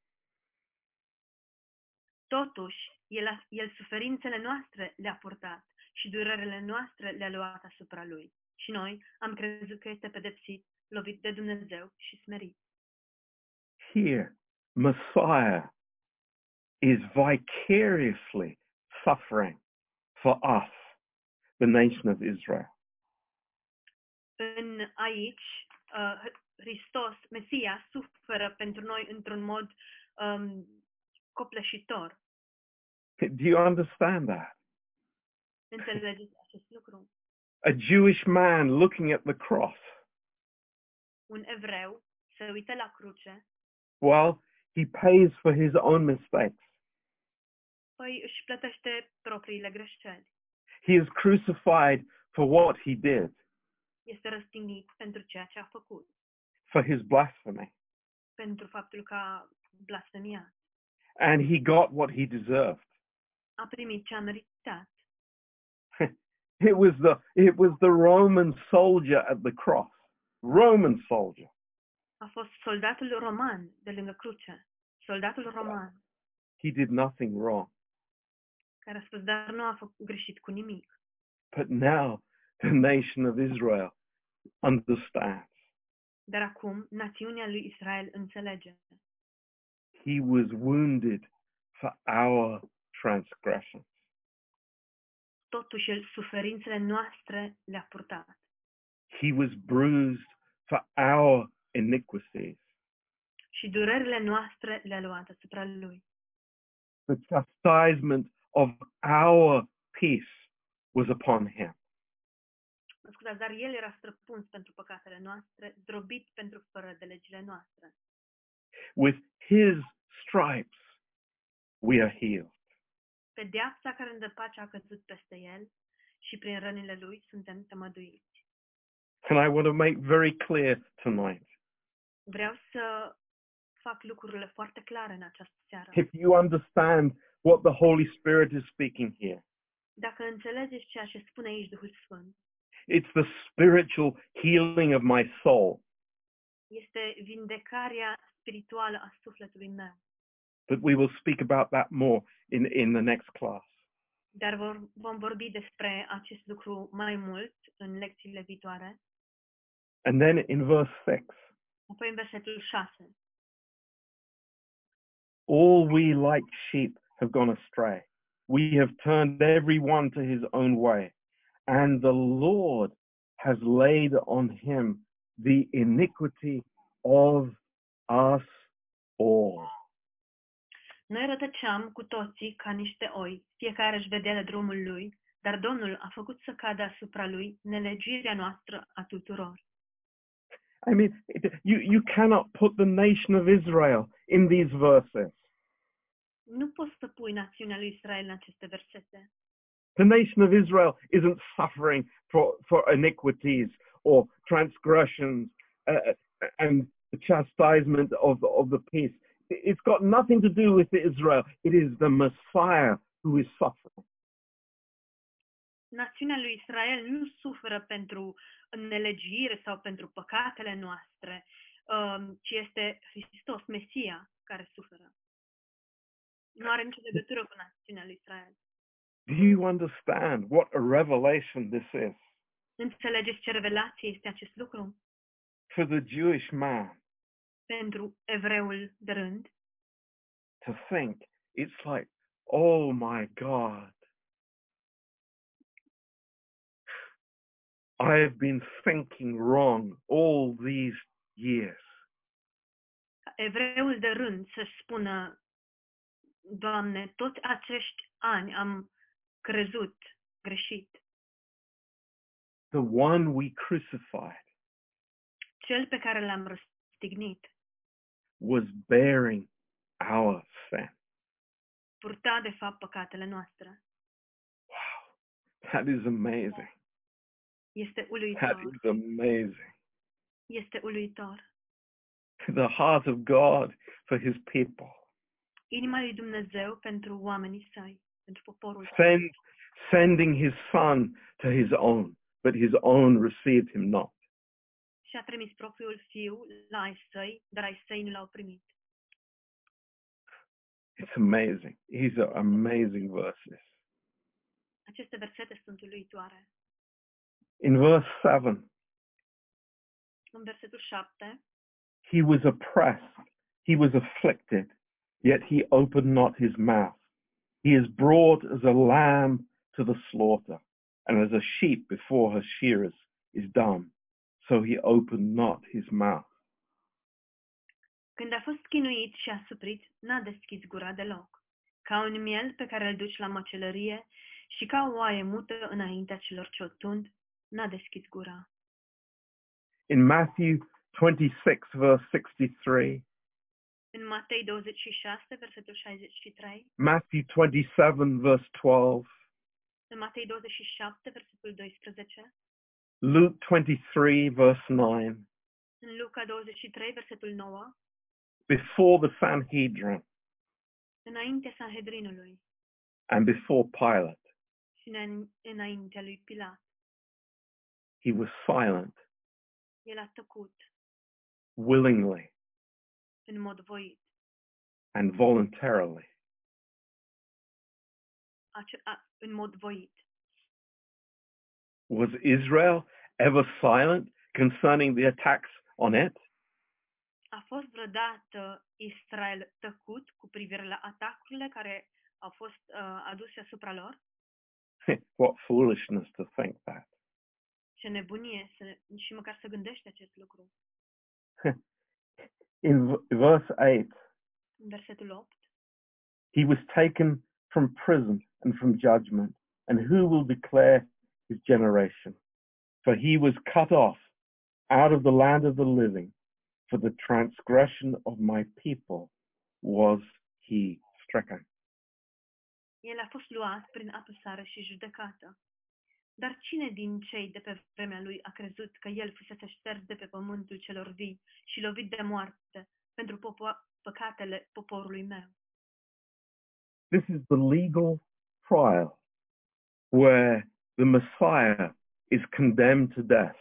[SPEAKER 2] Totuși, el, a, el suferințele noastre le-a purtat și durerele noastre le-a luat asupra lui. Și noi am crezut că este pedepsit, lovit de Dumnezeu și smerit.
[SPEAKER 1] Here, Messiah is vicariously suffering for us, the nation of Israel.
[SPEAKER 2] În aici, uh, Hristos, Mesia, suferă pentru noi într-un mod um, copleșitor.
[SPEAKER 1] Do you understand that?
[SPEAKER 2] Înțelegeți acest lucru?
[SPEAKER 1] A Jewish man looking at the cross.
[SPEAKER 2] Un evreu se uită la cruce,
[SPEAKER 1] Well, he pays for his own mistakes.
[SPEAKER 2] păi își plătește propriile greșeli.
[SPEAKER 1] He is crucified for what he did,
[SPEAKER 2] Este răstignit pentru ceea ce a făcut,
[SPEAKER 1] for his blasphemy.
[SPEAKER 2] pentru faptul că a blasfemiat.
[SPEAKER 1] And he got what he deserved.
[SPEAKER 2] a primit ce a meritat.
[SPEAKER 1] It was the, it was the Roman soldier at the cross. Roman soldier.
[SPEAKER 2] A fost soldatul roman de lângă cruce. Soldatul roman
[SPEAKER 1] He did nothing wrong.
[SPEAKER 2] care a spus, dar nu a făcut greșit cu nimic.
[SPEAKER 1] But now the nation of Israel understands.
[SPEAKER 2] Dar acum națiunea lui Israel înțelege.
[SPEAKER 1] He was wounded for our transgression.
[SPEAKER 2] Totuși, el suferințele noastre le-a purtat.
[SPEAKER 1] He was bruised for our iniquities.
[SPEAKER 2] Și durerile noastre le-a luat asupra lui.
[SPEAKER 1] the chastisement of our peace was upon him.
[SPEAKER 2] Mă scuzați, dar el era străpuns pentru păcatele noastre, drobit pentru fără de legile noastre.
[SPEAKER 1] With his stripes, we are healed.
[SPEAKER 2] Pedeapsa care îndăpace a căzut peste el și prin rănile lui suntem tămăduiți.
[SPEAKER 1] And I want to make very clear tonight
[SPEAKER 2] Vreau să fac lucrurile foarte clare în această seară.
[SPEAKER 1] if you understand what the Holy Spirit is speaking here,
[SPEAKER 2] Dacă înțelegeți ceea ce spune aici Duhul Sfânt,
[SPEAKER 1] it's the spiritual healing of my soul
[SPEAKER 2] este vindecarea spirituală a sufletului meu.
[SPEAKER 1] But we will speak about that more in, in the next class.
[SPEAKER 2] Dar vor, vom vorbi despre acest lucru mai mult în lecțiile viitoare.
[SPEAKER 1] And then in verse 6,
[SPEAKER 2] Apoi în versetul 6.
[SPEAKER 1] all we like sheep have gone astray. We have turned every one to his own way, and the Lord has laid on him the iniquity of us all.
[SPEAKER 2] Noi rătăceam cu toții ca niște oi, fiecare își vedea de drumul lui, dar Domnul a făcut să cadă asupra lui nelegirea noastră a tuturor.
[SPEAKER 1] I mean, it, you, you cannot put the nation of Israel in these verses.
[SPEAKER 2] Nu poți să pui națiunea lui Israel în aceste versete.
[SPEAKER 1] The nation of Israel isn't suffering for, for iniquities or transgressions uh, and the chastisement of, of the peace. It's got nothing to do with Israel. It is the Messiah who is suffering.
[SPEAKER 2] Națiunea lui Israel nu suferă pentru nelegire sau pentru păcatele noastre, um, ci este Hristos, Mesia, care suferă. Nu are nicio legătură cu națiunea lui Israel.
[SPEAKER 1] Do you understand what a revelation this is
[SPEAKER 2] Înțelegeți ce revelație este acest lucru?
[SPEAKER 1] for the Jewish man
[SPEAKER 2] Pentru evreul de rând,
[SPEAKER 1] to think? It's like, oh my God, I have been thinking wrong all these years.
[SPEAKER 2] ca evreul de rând să spună, Doamne, toți acești ani am crezut greșit.
[SPEAKER 1] The one we crucified
[SPEAKER 2] Cel pe care l-am răstignit
[SPEAKER 1] was bearing our sin.
[SPEAKER 2] purta de fapt păcatele noastre.
[SPEAKER 1] That is amazing.
[SPEAKER 2] Este
[SPEAKER 1] That
[SPEAKER 2] uluitor.
[SPEAKER 1] is amazing.
[SPEAKER 2] Este uluitor.
[SPEAKER 1] The heart of God for his people.
[SPEAKER 2] Inima lui Dumnezeu pentru oamenii săi, pentru poporul său.
[SPEAKER 1] Send, sending his son to his own, but his own received him not.
[SPEAKER 2] Și a trimis propriul fiu la ai săi, dar ai săi nu l-au primit.
[SPEAKER 1] It's amazing. These are amazing verses.
[SPEAKER 2] Aceste versete sunt uluitoare.
[SPEAKER 1] In verse 7,
[SPEAKER 2] În versetul 7,
[SPEAKER 1] he was oppressed, he was afflicted, yet he opened not his mouth. He is brought as a lamb to the slaughter, and as a sheep before her shearers is dumb, so he opened not his mouth.
[SPEAKER 2] când a fost chinuit și asuprit, n-a deschis gura deloc. Ca un miel pe care îl duci la măcelărie și ca o oaie mută înaintea celor ce o tund, n-a deschis gura.
[SPEAKER 1] In Matthew 26, verse 63,
[SPEAKER 2] În Matei 26, versetul 63,
[SPEAKER 1] Matthew 27, verse 12,
[SPEAKER 2] în Matei 27, versetul 12,
[SPEAKER 1] Luke 23, verse 9,
[SPEAKER 2] în Luca 23, versetul 9,
[SPEAKER 1] before the Sanhedrin
[SPEAKER 2] înaintea Sanhedrinului
[SPEAKER 1] and before Pilate,
[SPEAKER 2] și înain- înaintea lui Pilat,
[SPEAKER 1] he was silent
[SPEAKER 2] el a tăcut
[SPEAKER 1] willingly
[SPEAKER 2] în mod voit.
[SPEAKER 1] and voluntarily.
[SPEAKER 2] Ace- a, în mod voit.
[SPEAKER 1] Was Israel ever silent concerning the attacks on it? (laughs)
[SPEAKER 2] A fost vreodată Israel tăcut cu privire la atacurile care au fost uh, aduse asupra lor?
[SPEAKER 1] what foolishness to think that.
[SPEAKER 2] Ce nebunie să ne... și măcar să gândești acest lucru.
[SPEAKER 1] In v- verse 8,
[SPEAKER 2] În versetul 8,
[SPEAKER 1] he was taken from prison and from judgment. And who will declare his generation? For he was cut off out of the land of the living, for the transgression of my people was he stricken.
[SPEAKER 2] el a fost luat prin apăsare și judecată. Dar cine din cei de pe vremea lui a crezut că el fusese șters de pe pământul celor vii și lovit de moarte pentru popo- păcatele poporului meu?
[SPEAKER 1] This is the legal trial where the Messiah is condemned to death.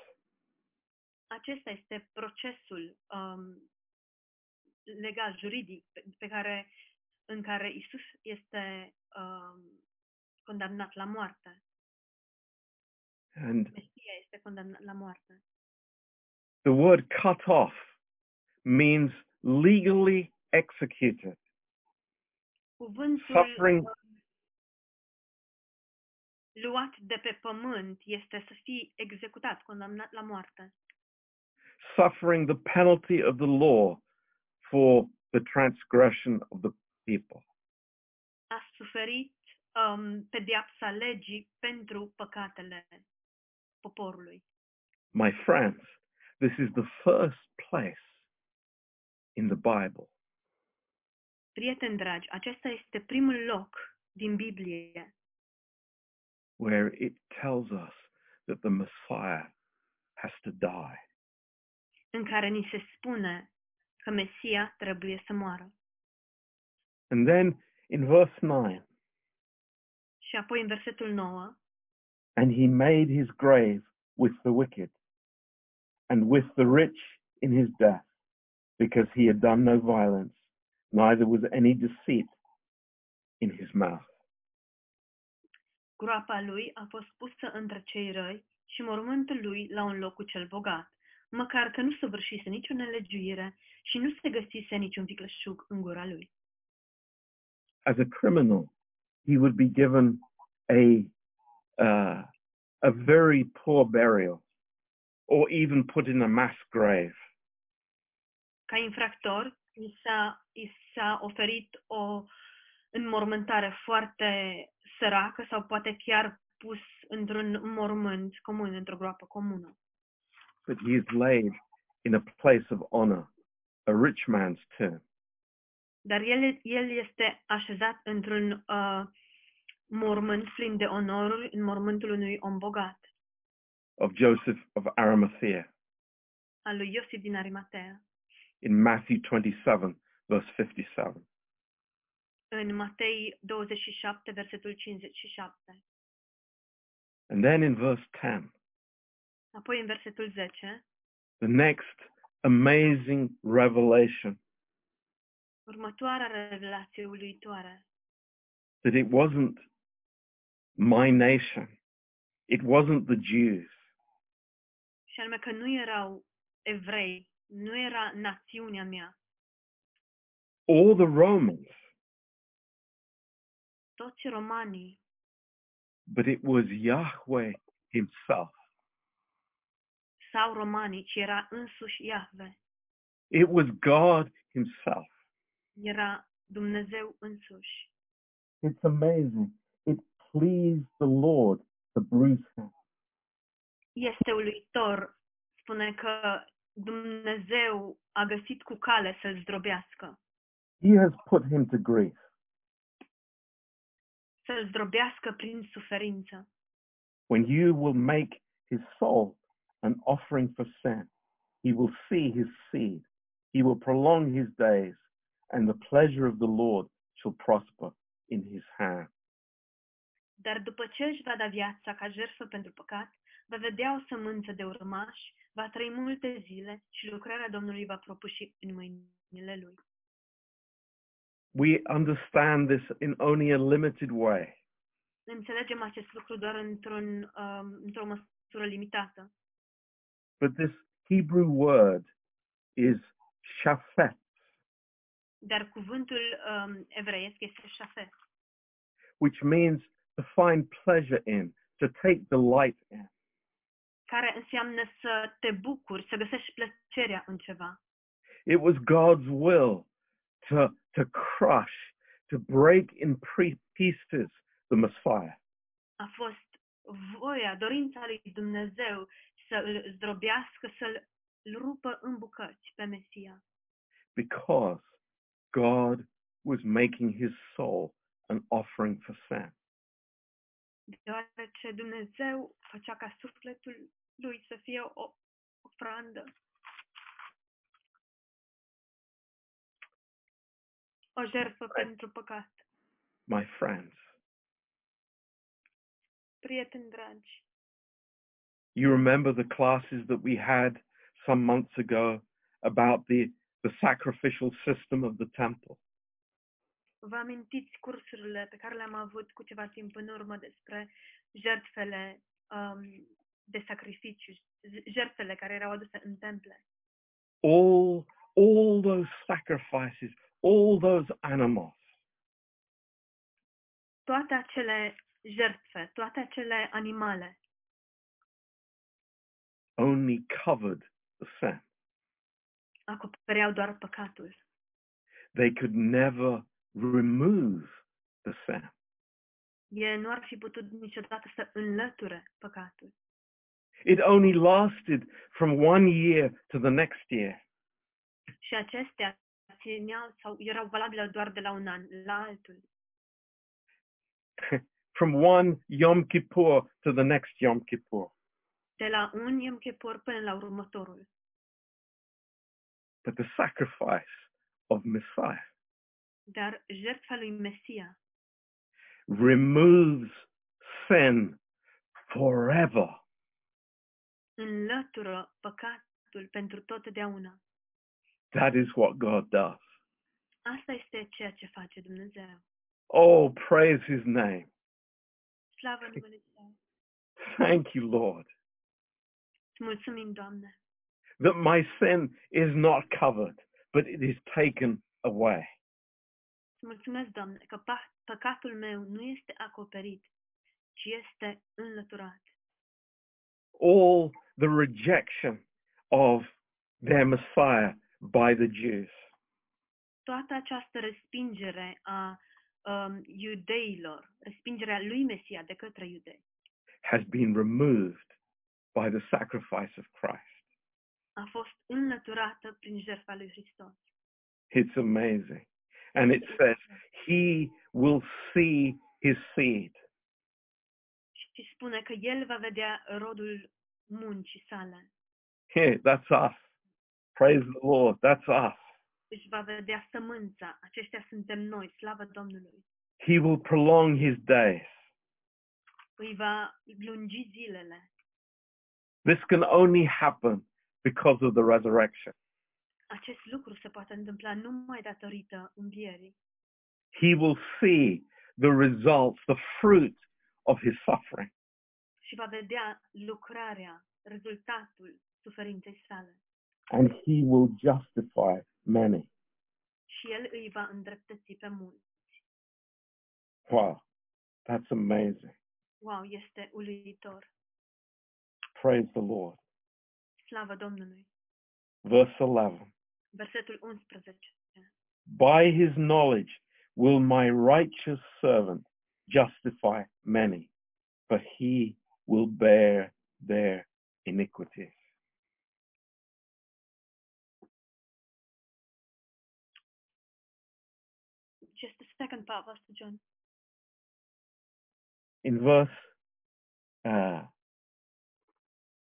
[SPEAKER 2] acesta este procesul um, legal, juridic, pe, pe care, în care Isus este um, condamnat la moarte.
[SPEAKER 1] And
[SPEAKER 2] Mesia este condamnat la moarte.
[SPEAKER 1] the word cut off means legally executed.
[SPEAKER 2] Cuvântul
[SPEAKER 1] Suffering.
[SPEAKER 2] um, luat de pe pământ este să fii executat, condamnat la moarte,
[SPEAKER 1] suffering the penalty of the law for the transgression of the people.
[SPEAKER 2] a suferit um, pedeapsa legii pentru păcatele poporului.
[SPEAKER 1] My friends, this is the first place in the Bible
[SPEAKER 2] Prieteni dragi, acesta este primul loc din Biblie
[SPEAKER 1] where it tells us that the Messiah has to die.
[SPEAKER 2] în care ni se spune că Mesia trebuie să moară.
[SPEAKER 1] And then in verse 9,
[SPEAKER 2] Și apoi în versetul 9,
[SPEAKER 1] and he made his grave with the wicked and with the rich in his death, because he had done no violence, neither was any deceit in his mouth.
[SPEAKER 2] groapa lui a fost pusă între cei răi și mormântul lui la un loc cu cel bogat, măcar că nu săvârșise nicio nelegiuire și nu se găsise niciun vicleșug în gura lui.
[SPEAKER 1] As a criminal, he would be given a, uh, a very poor burial or even put in a mass grave.
[SPEAKER 2] Ca infractor, i s-a, i s-a oferit o înmormântare foarte săracă sau poate chiar pus într-un mormânt comun, într-o groapă comună.
[SPEAKER 1] but he is laid in a place of honor, a rich man's tomb.
[SPEAKER 2] Dar el, el este așezat într-un uh, mormânt plin de onoruri, în mormântul unui om bogat.
[SPEAKER 1] of Joseph of Arimathea
[SPEAKER 2] al lui Iosif din Arimatea,
[SPEAKER 1] in Matthew 27, verse 57.
[SPEAKER 2] în Matei 27, versetul 57.
[SPEAKER 1] And then in verse 10,
[SPEAKER 2] Apoi în versetul 10,
[SPEAKER 1] the next amazing revelation
[SPEAKER 2] următoarea revelație uluitoare,
[SPEAKER 1] that it wasn't my nation, it wasn't the Jews,
[SPEAKER 2] și anume că nu erau evrei, nu era națiunea mea,
[SPEAKER 1] or the Romans,
[SPEAKER 2] toți romanii,
[SPEAKER 1] but it was Yahweh himself.
[SPEAKER 2] sau romanii, ci era însuși Iahve,
[SPEAKER 1] It was God himself.
[SPEAKER 2] era Dumnezeu însuși.
[SPEAKER 1] It's amazing. It pleased the Lord to bruise him.
[SPEAKER 2] Este uluitor, spune că Dumnezeu a găsit cu cale să-l zdrobească,
[SPEAKER 1] He has put him to grief.
[SPEAKER 2] să-l zdrobească prin suferință.
[SPEAKER 1] when you will make his soul an offering for sin, he will see his seed, he will prolong his days, and the pleasure of the Lord shall prosper in his hand.
[SPEAKER 2] Dar după ce își va da viața ca jertfă pentru păcat, va vedea o sămânță de urmași, va trăi multe zile și lucrarea Domnului va propuși în mâinile lui.
[SPEAKER 1] We understand this in only a limited way,
[SPEAKER 2] Înțelegem acest lucru doar într-un, um, într-o măsură limitată.
[SPEAKER 1] but this Hebrew word is shafet,
[SPEAKER 2] Dar cuvântul um, evreiesc este șafe,
[SPEAKER 1] which means to find pleasure in, to take delight in.
[SPEAKER 2] care înseamnă să te bucuri, să găsești plăcerea în ceva.
[SPEAKER 1] It was God's will to, to crush, to break in pre- pieces the Messiah.
[SPEAKER 2] A fost voia, dorința lui Dumnezeu să îl zdrobească, să-l îl rupă în bucăți pe Mesia.
[SPEAKER 1] because God was making his soul an offering for sin.
[SPEAKER 2] deoarece Dumnezeu făcea ca sufletul lui să fie o ofrandă, o jertfă pentru păcat.
[SPEAKER 1] My friends,
[SPEAKER 2] Prieteni dragi,
[SPEAKER 1] you remember the classes that we had some months ago about the, the sacrificial system of the temple.
[SPEAKER 2] vă amintiți cursurile pe care le-am avut cu ceva timp în urmă despre jertfele um, de sacrificiu, j- jertfele care erau aduse în temple.
[SPEAKER 1] All, all those sacrifices, all those animals
[SPEAKER 2] Toate acele jertfe, toate acele animale,
[SPEAKER 1] only covered the sin.
[SPEAKER 2] acopereau doar păcatul.
[SPEAKER 1] They could never remove the sin.
[SPEAKER 2] Ele nu ar fi putut niciodată să înlăture păcatul.
[SPEAKER 1] It only lasted from one year to the next year. (laughs)
[SPEAKER 2] Și acestea țineau sau erau valabile doar de la un an la altul,
[SPEAKER 1] from one Yom Kippur to the next Yom Kippur.
[SPEAKER 2] de la un Yom Kippur până la următorul.
[SPEAKER 1] But the sacrifice of Messiah
[SPEAKER 2] Dar jertfa lui Mesia
[SPEAKER 1] removes sin forever.
[SPEAKER 2] înlătură păcatul pentru totdeauna.
[SPEAKER 1] That is what God does.
[SPEAKER 2] Asta este ceea ce face Dumnezeu.
[SPEAKER 1] Oh, praise his name.
[SPEAKER 2] Slavă numele Tău!
[SPEAKER 1] Thank you, Lord,
[SPEAKER 2] Îți mulțumim, Doamne,
[SPEAKER 1] that my sin is not covered, but it is taken away.
[SPEAKER 2] îți mulțumesc, Doamne, că pa- păcatul meu nu este acoperit, ci este înlăturat.
[SPEAKER 1] All the rejection of their Messiah by the Jews.
[SPEAKER 2] Toată această respingere a um, iudeilor, respingerea lui Mesia de către iudei,
[SPEAKER 1] has been removed by the sacrifice of Christ.
[SPEAKER 2] a fost înlăturată prin jertfa lui Hristos.
[SPEAKER 1] It's amazing. And it says, He will see his seed.
[SPEAKER 2] Și spune că el va vedea rodul muncii sale,
[SPEAKER 1] Hey, that's us. Praise the Lord. That's us.
[SPEAKER 2] își va vedea sămânța, aceștia suntem noi, slavă Domnului.
[SPEAKER 1] He will prolong his days.
[SPEAKER 2] Îi va lungi zilele,
[SPEAKER 1] This can only happen because of the resurrection.
[SPEAKER 2] acest lucru se poate întâmpla numai datorită învierii.
[SPEAKER 1] He will see the results, the fruit of his suffering.
[SPEAKER 2] și va vedea lucrarea, rezultatul suferinței sale
[SPEAKER 1] And he will justify many.
[SPEAKER 2] și el îi va îndreptăți pe mulți.
[SPEAKER 1] Wow. That's amazing.
[SPEAKER 2] Wow, este uluitor.
[SPEAKER 1] Praise the Lord.
[SPEAKER 2] Slavă Domnului.
[SPEAKER 1] Verse 11.
[SPEAKER 2] Versetul 11.
[SPEAKER 1] By his knowledge will my righteous servant justify many, for he will bear their iniquities.
[SPEAKER 2] Just the second part, Pastor John.
[SPEAKER 1] In verse, uh,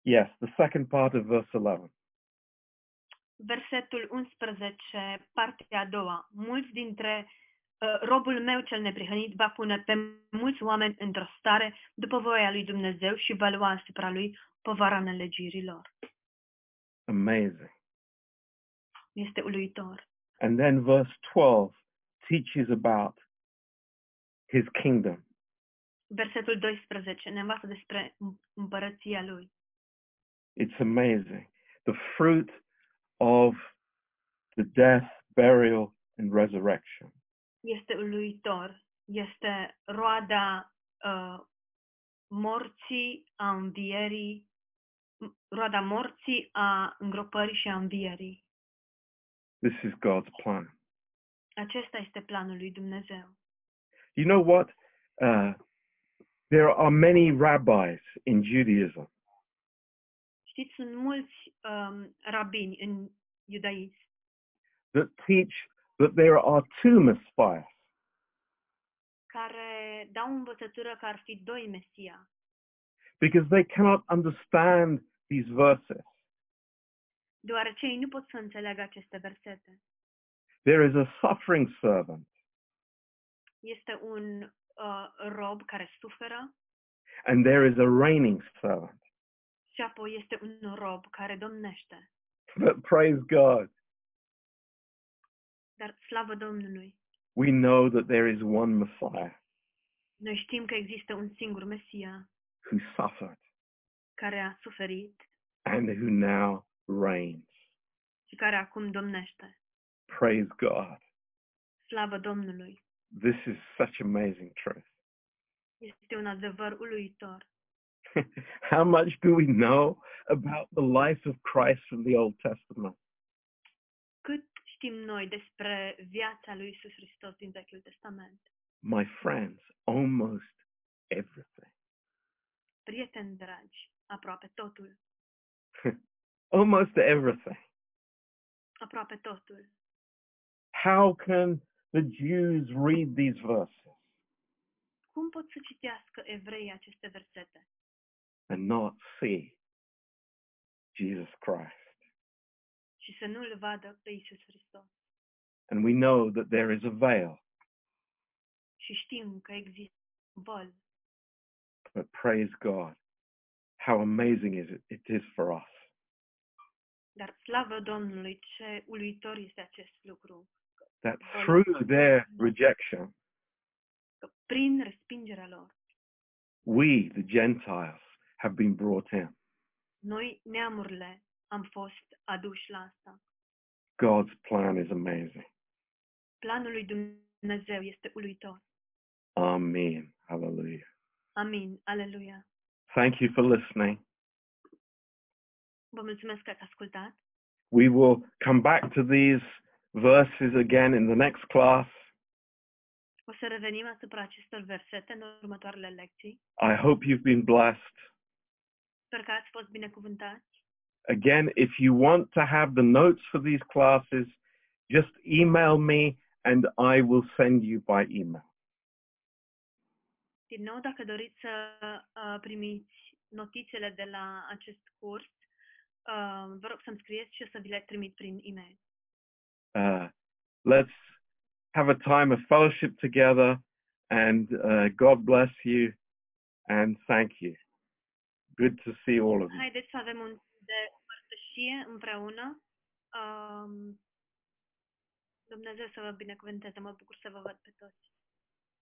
[SPEAKER 1] yes, the second part of verse 11.
[SPEAKER 2] Versetul 11, partea a doua. Mulți dintre uh, robul meu cel neprihănit va pune pe mulți oameni într-o stare după voia lui Dumnezeu și va lua asupra lui povara nelegirilor.
[SPEAKER 1] Amazing.
[SPEAKER 2] Este uluitor.
[SPEAKER 1] And then verse 12 teaches about his kingdom.
[SPEAKER 2] Versetul 12 ne învață despre împărăția lui.
[SPEAKER 1] It's amazing. The fruit of the death, burial, and resurrection.
[SPEAKER 2] Este uluitor. Este roada uh, morții, a învierii, m- roada morții, a îngropării și a învierii.
[SPEAKER 1] This is God's plan.
[SPEAKER 2] Acesta este planul lui Dumnezeu.
[SPEAKER 1] You know what? Uh, there are many rabbis in Judaism,
[SPEAKER 2] Știți, sunt mulți um, rabini în iudaism
[SPEAKER 1] that teach that there are two messiahs.
[SPEAKER 2] care dau învățătură că ar fi doi Mesia,
[SPEAKER 1] because they cannot understand these verses.
[SPEAKER 2] deoarece ei nu pot să înțeleagă aceste versete.
[SPEAKER 1] There is a suffering servant
[SPEAKER 2] Este un uh, rob care suferă,
[SPEAKER 1] and there is a reigning servant.
[SPEAKER 2] și apoi este un rob care domnește.
[SPEAKER 1] But praise God,
[SPEAKER 2] Dar slavă Domnului!
[SPEAKER 1] we know that there is one messiah
[SPEAKER 2] Noi știm că există un singur Mesia
[SPEAKER 1] who suffered
[SPEAKER 2] care a suferit
[SPEAKER 1] and who now reigns.
[SPEAKER 2] și care acum domnește.
[SPEAKER 1] Praise God.
[SPEAKER 2] Slavă Domnului!
[SPEAKER 1] This is such amazing truth. (laughs)
[SPEAKER 2] este un adevăr uluitor.
[SPEAKER 1] How much do we know about the life of Christ from the Old Testament?
[SPEAKER 2] Cât știm noi despre viața lui Isus Hristos din Vechiul Testament?
[SPEAKER 1] My friends, almost everything.
[SPEAKER 2] Prieteni dragi, aproape totul,
[SPEAKER 1] Almost everything.
[SPEAKER 2] aproape totul.
[SPEAKER 1] How can the Jews read these verses
[SPEAKER 2] Cum pot să citească evreii aceste versete
[SPEAKER 1] and not see Jesus Christ?
[SPEAKER 2] și să nu-L vadă pe Isus Hristos?
[SPEAKER 1] And we know that there is a veil,
[SPEAKER 2] Și știm că există un vol,
[SPEAKER 1] but praise God. How amazing is it, it is for us.
[SPEAKER 2] dar slavă Domnului, ce uluitor este acest lucru,
[SPEAKER 1] That through their rejection,
[SPEAKER 2] că prin respingerea lor,
[SPEAKER 1] we, the Gentiles, have been brought in.
[SPEAKER 2] noi, neamurile, am fost aduși la asta.
[SPEAKER 1] God's plan is amazing.
[SPEAKER 2] Planul lui Dumnezeu este uluitor.
[SPEAKER 1] Amen. Hallelujah.
[SPEAKER 2] Amin. Aleluia.
[SPEAKER 1] Thank you for listening.
[SPEAKER 2] Vă mulțumesc că ați ascultat.
[SPEAKER 1] We will come back to these verses again in the next class.
[SPEAKER 2] O să revenim asupra acestor versete în următoarele lecții.
[SPEAKER 1] I hope you've been blessed.
[SPEAKER 2] Sper că ați fost binecuvântați.
[SPEAKER 1] Again, if you want to have the notes for these classes, just email me and I will send you by email.
[SPEAKER 2] Din nou, dacă doriți să uh, primiți notițele de la acest curs, uh, vă rog să-mi scrieți și o să vi le trimit prin e-mail.
[SPEAKER 1] Uh, let's have a time of fellowship together and uh, God bless you and thank you. Good to see all of you.
[SPEAKER 2] Haideți să avem un timp de părtășie împreună. Um, Dumnezeu să vă binecuvânteze. Mă bucur să vă văd pe toți.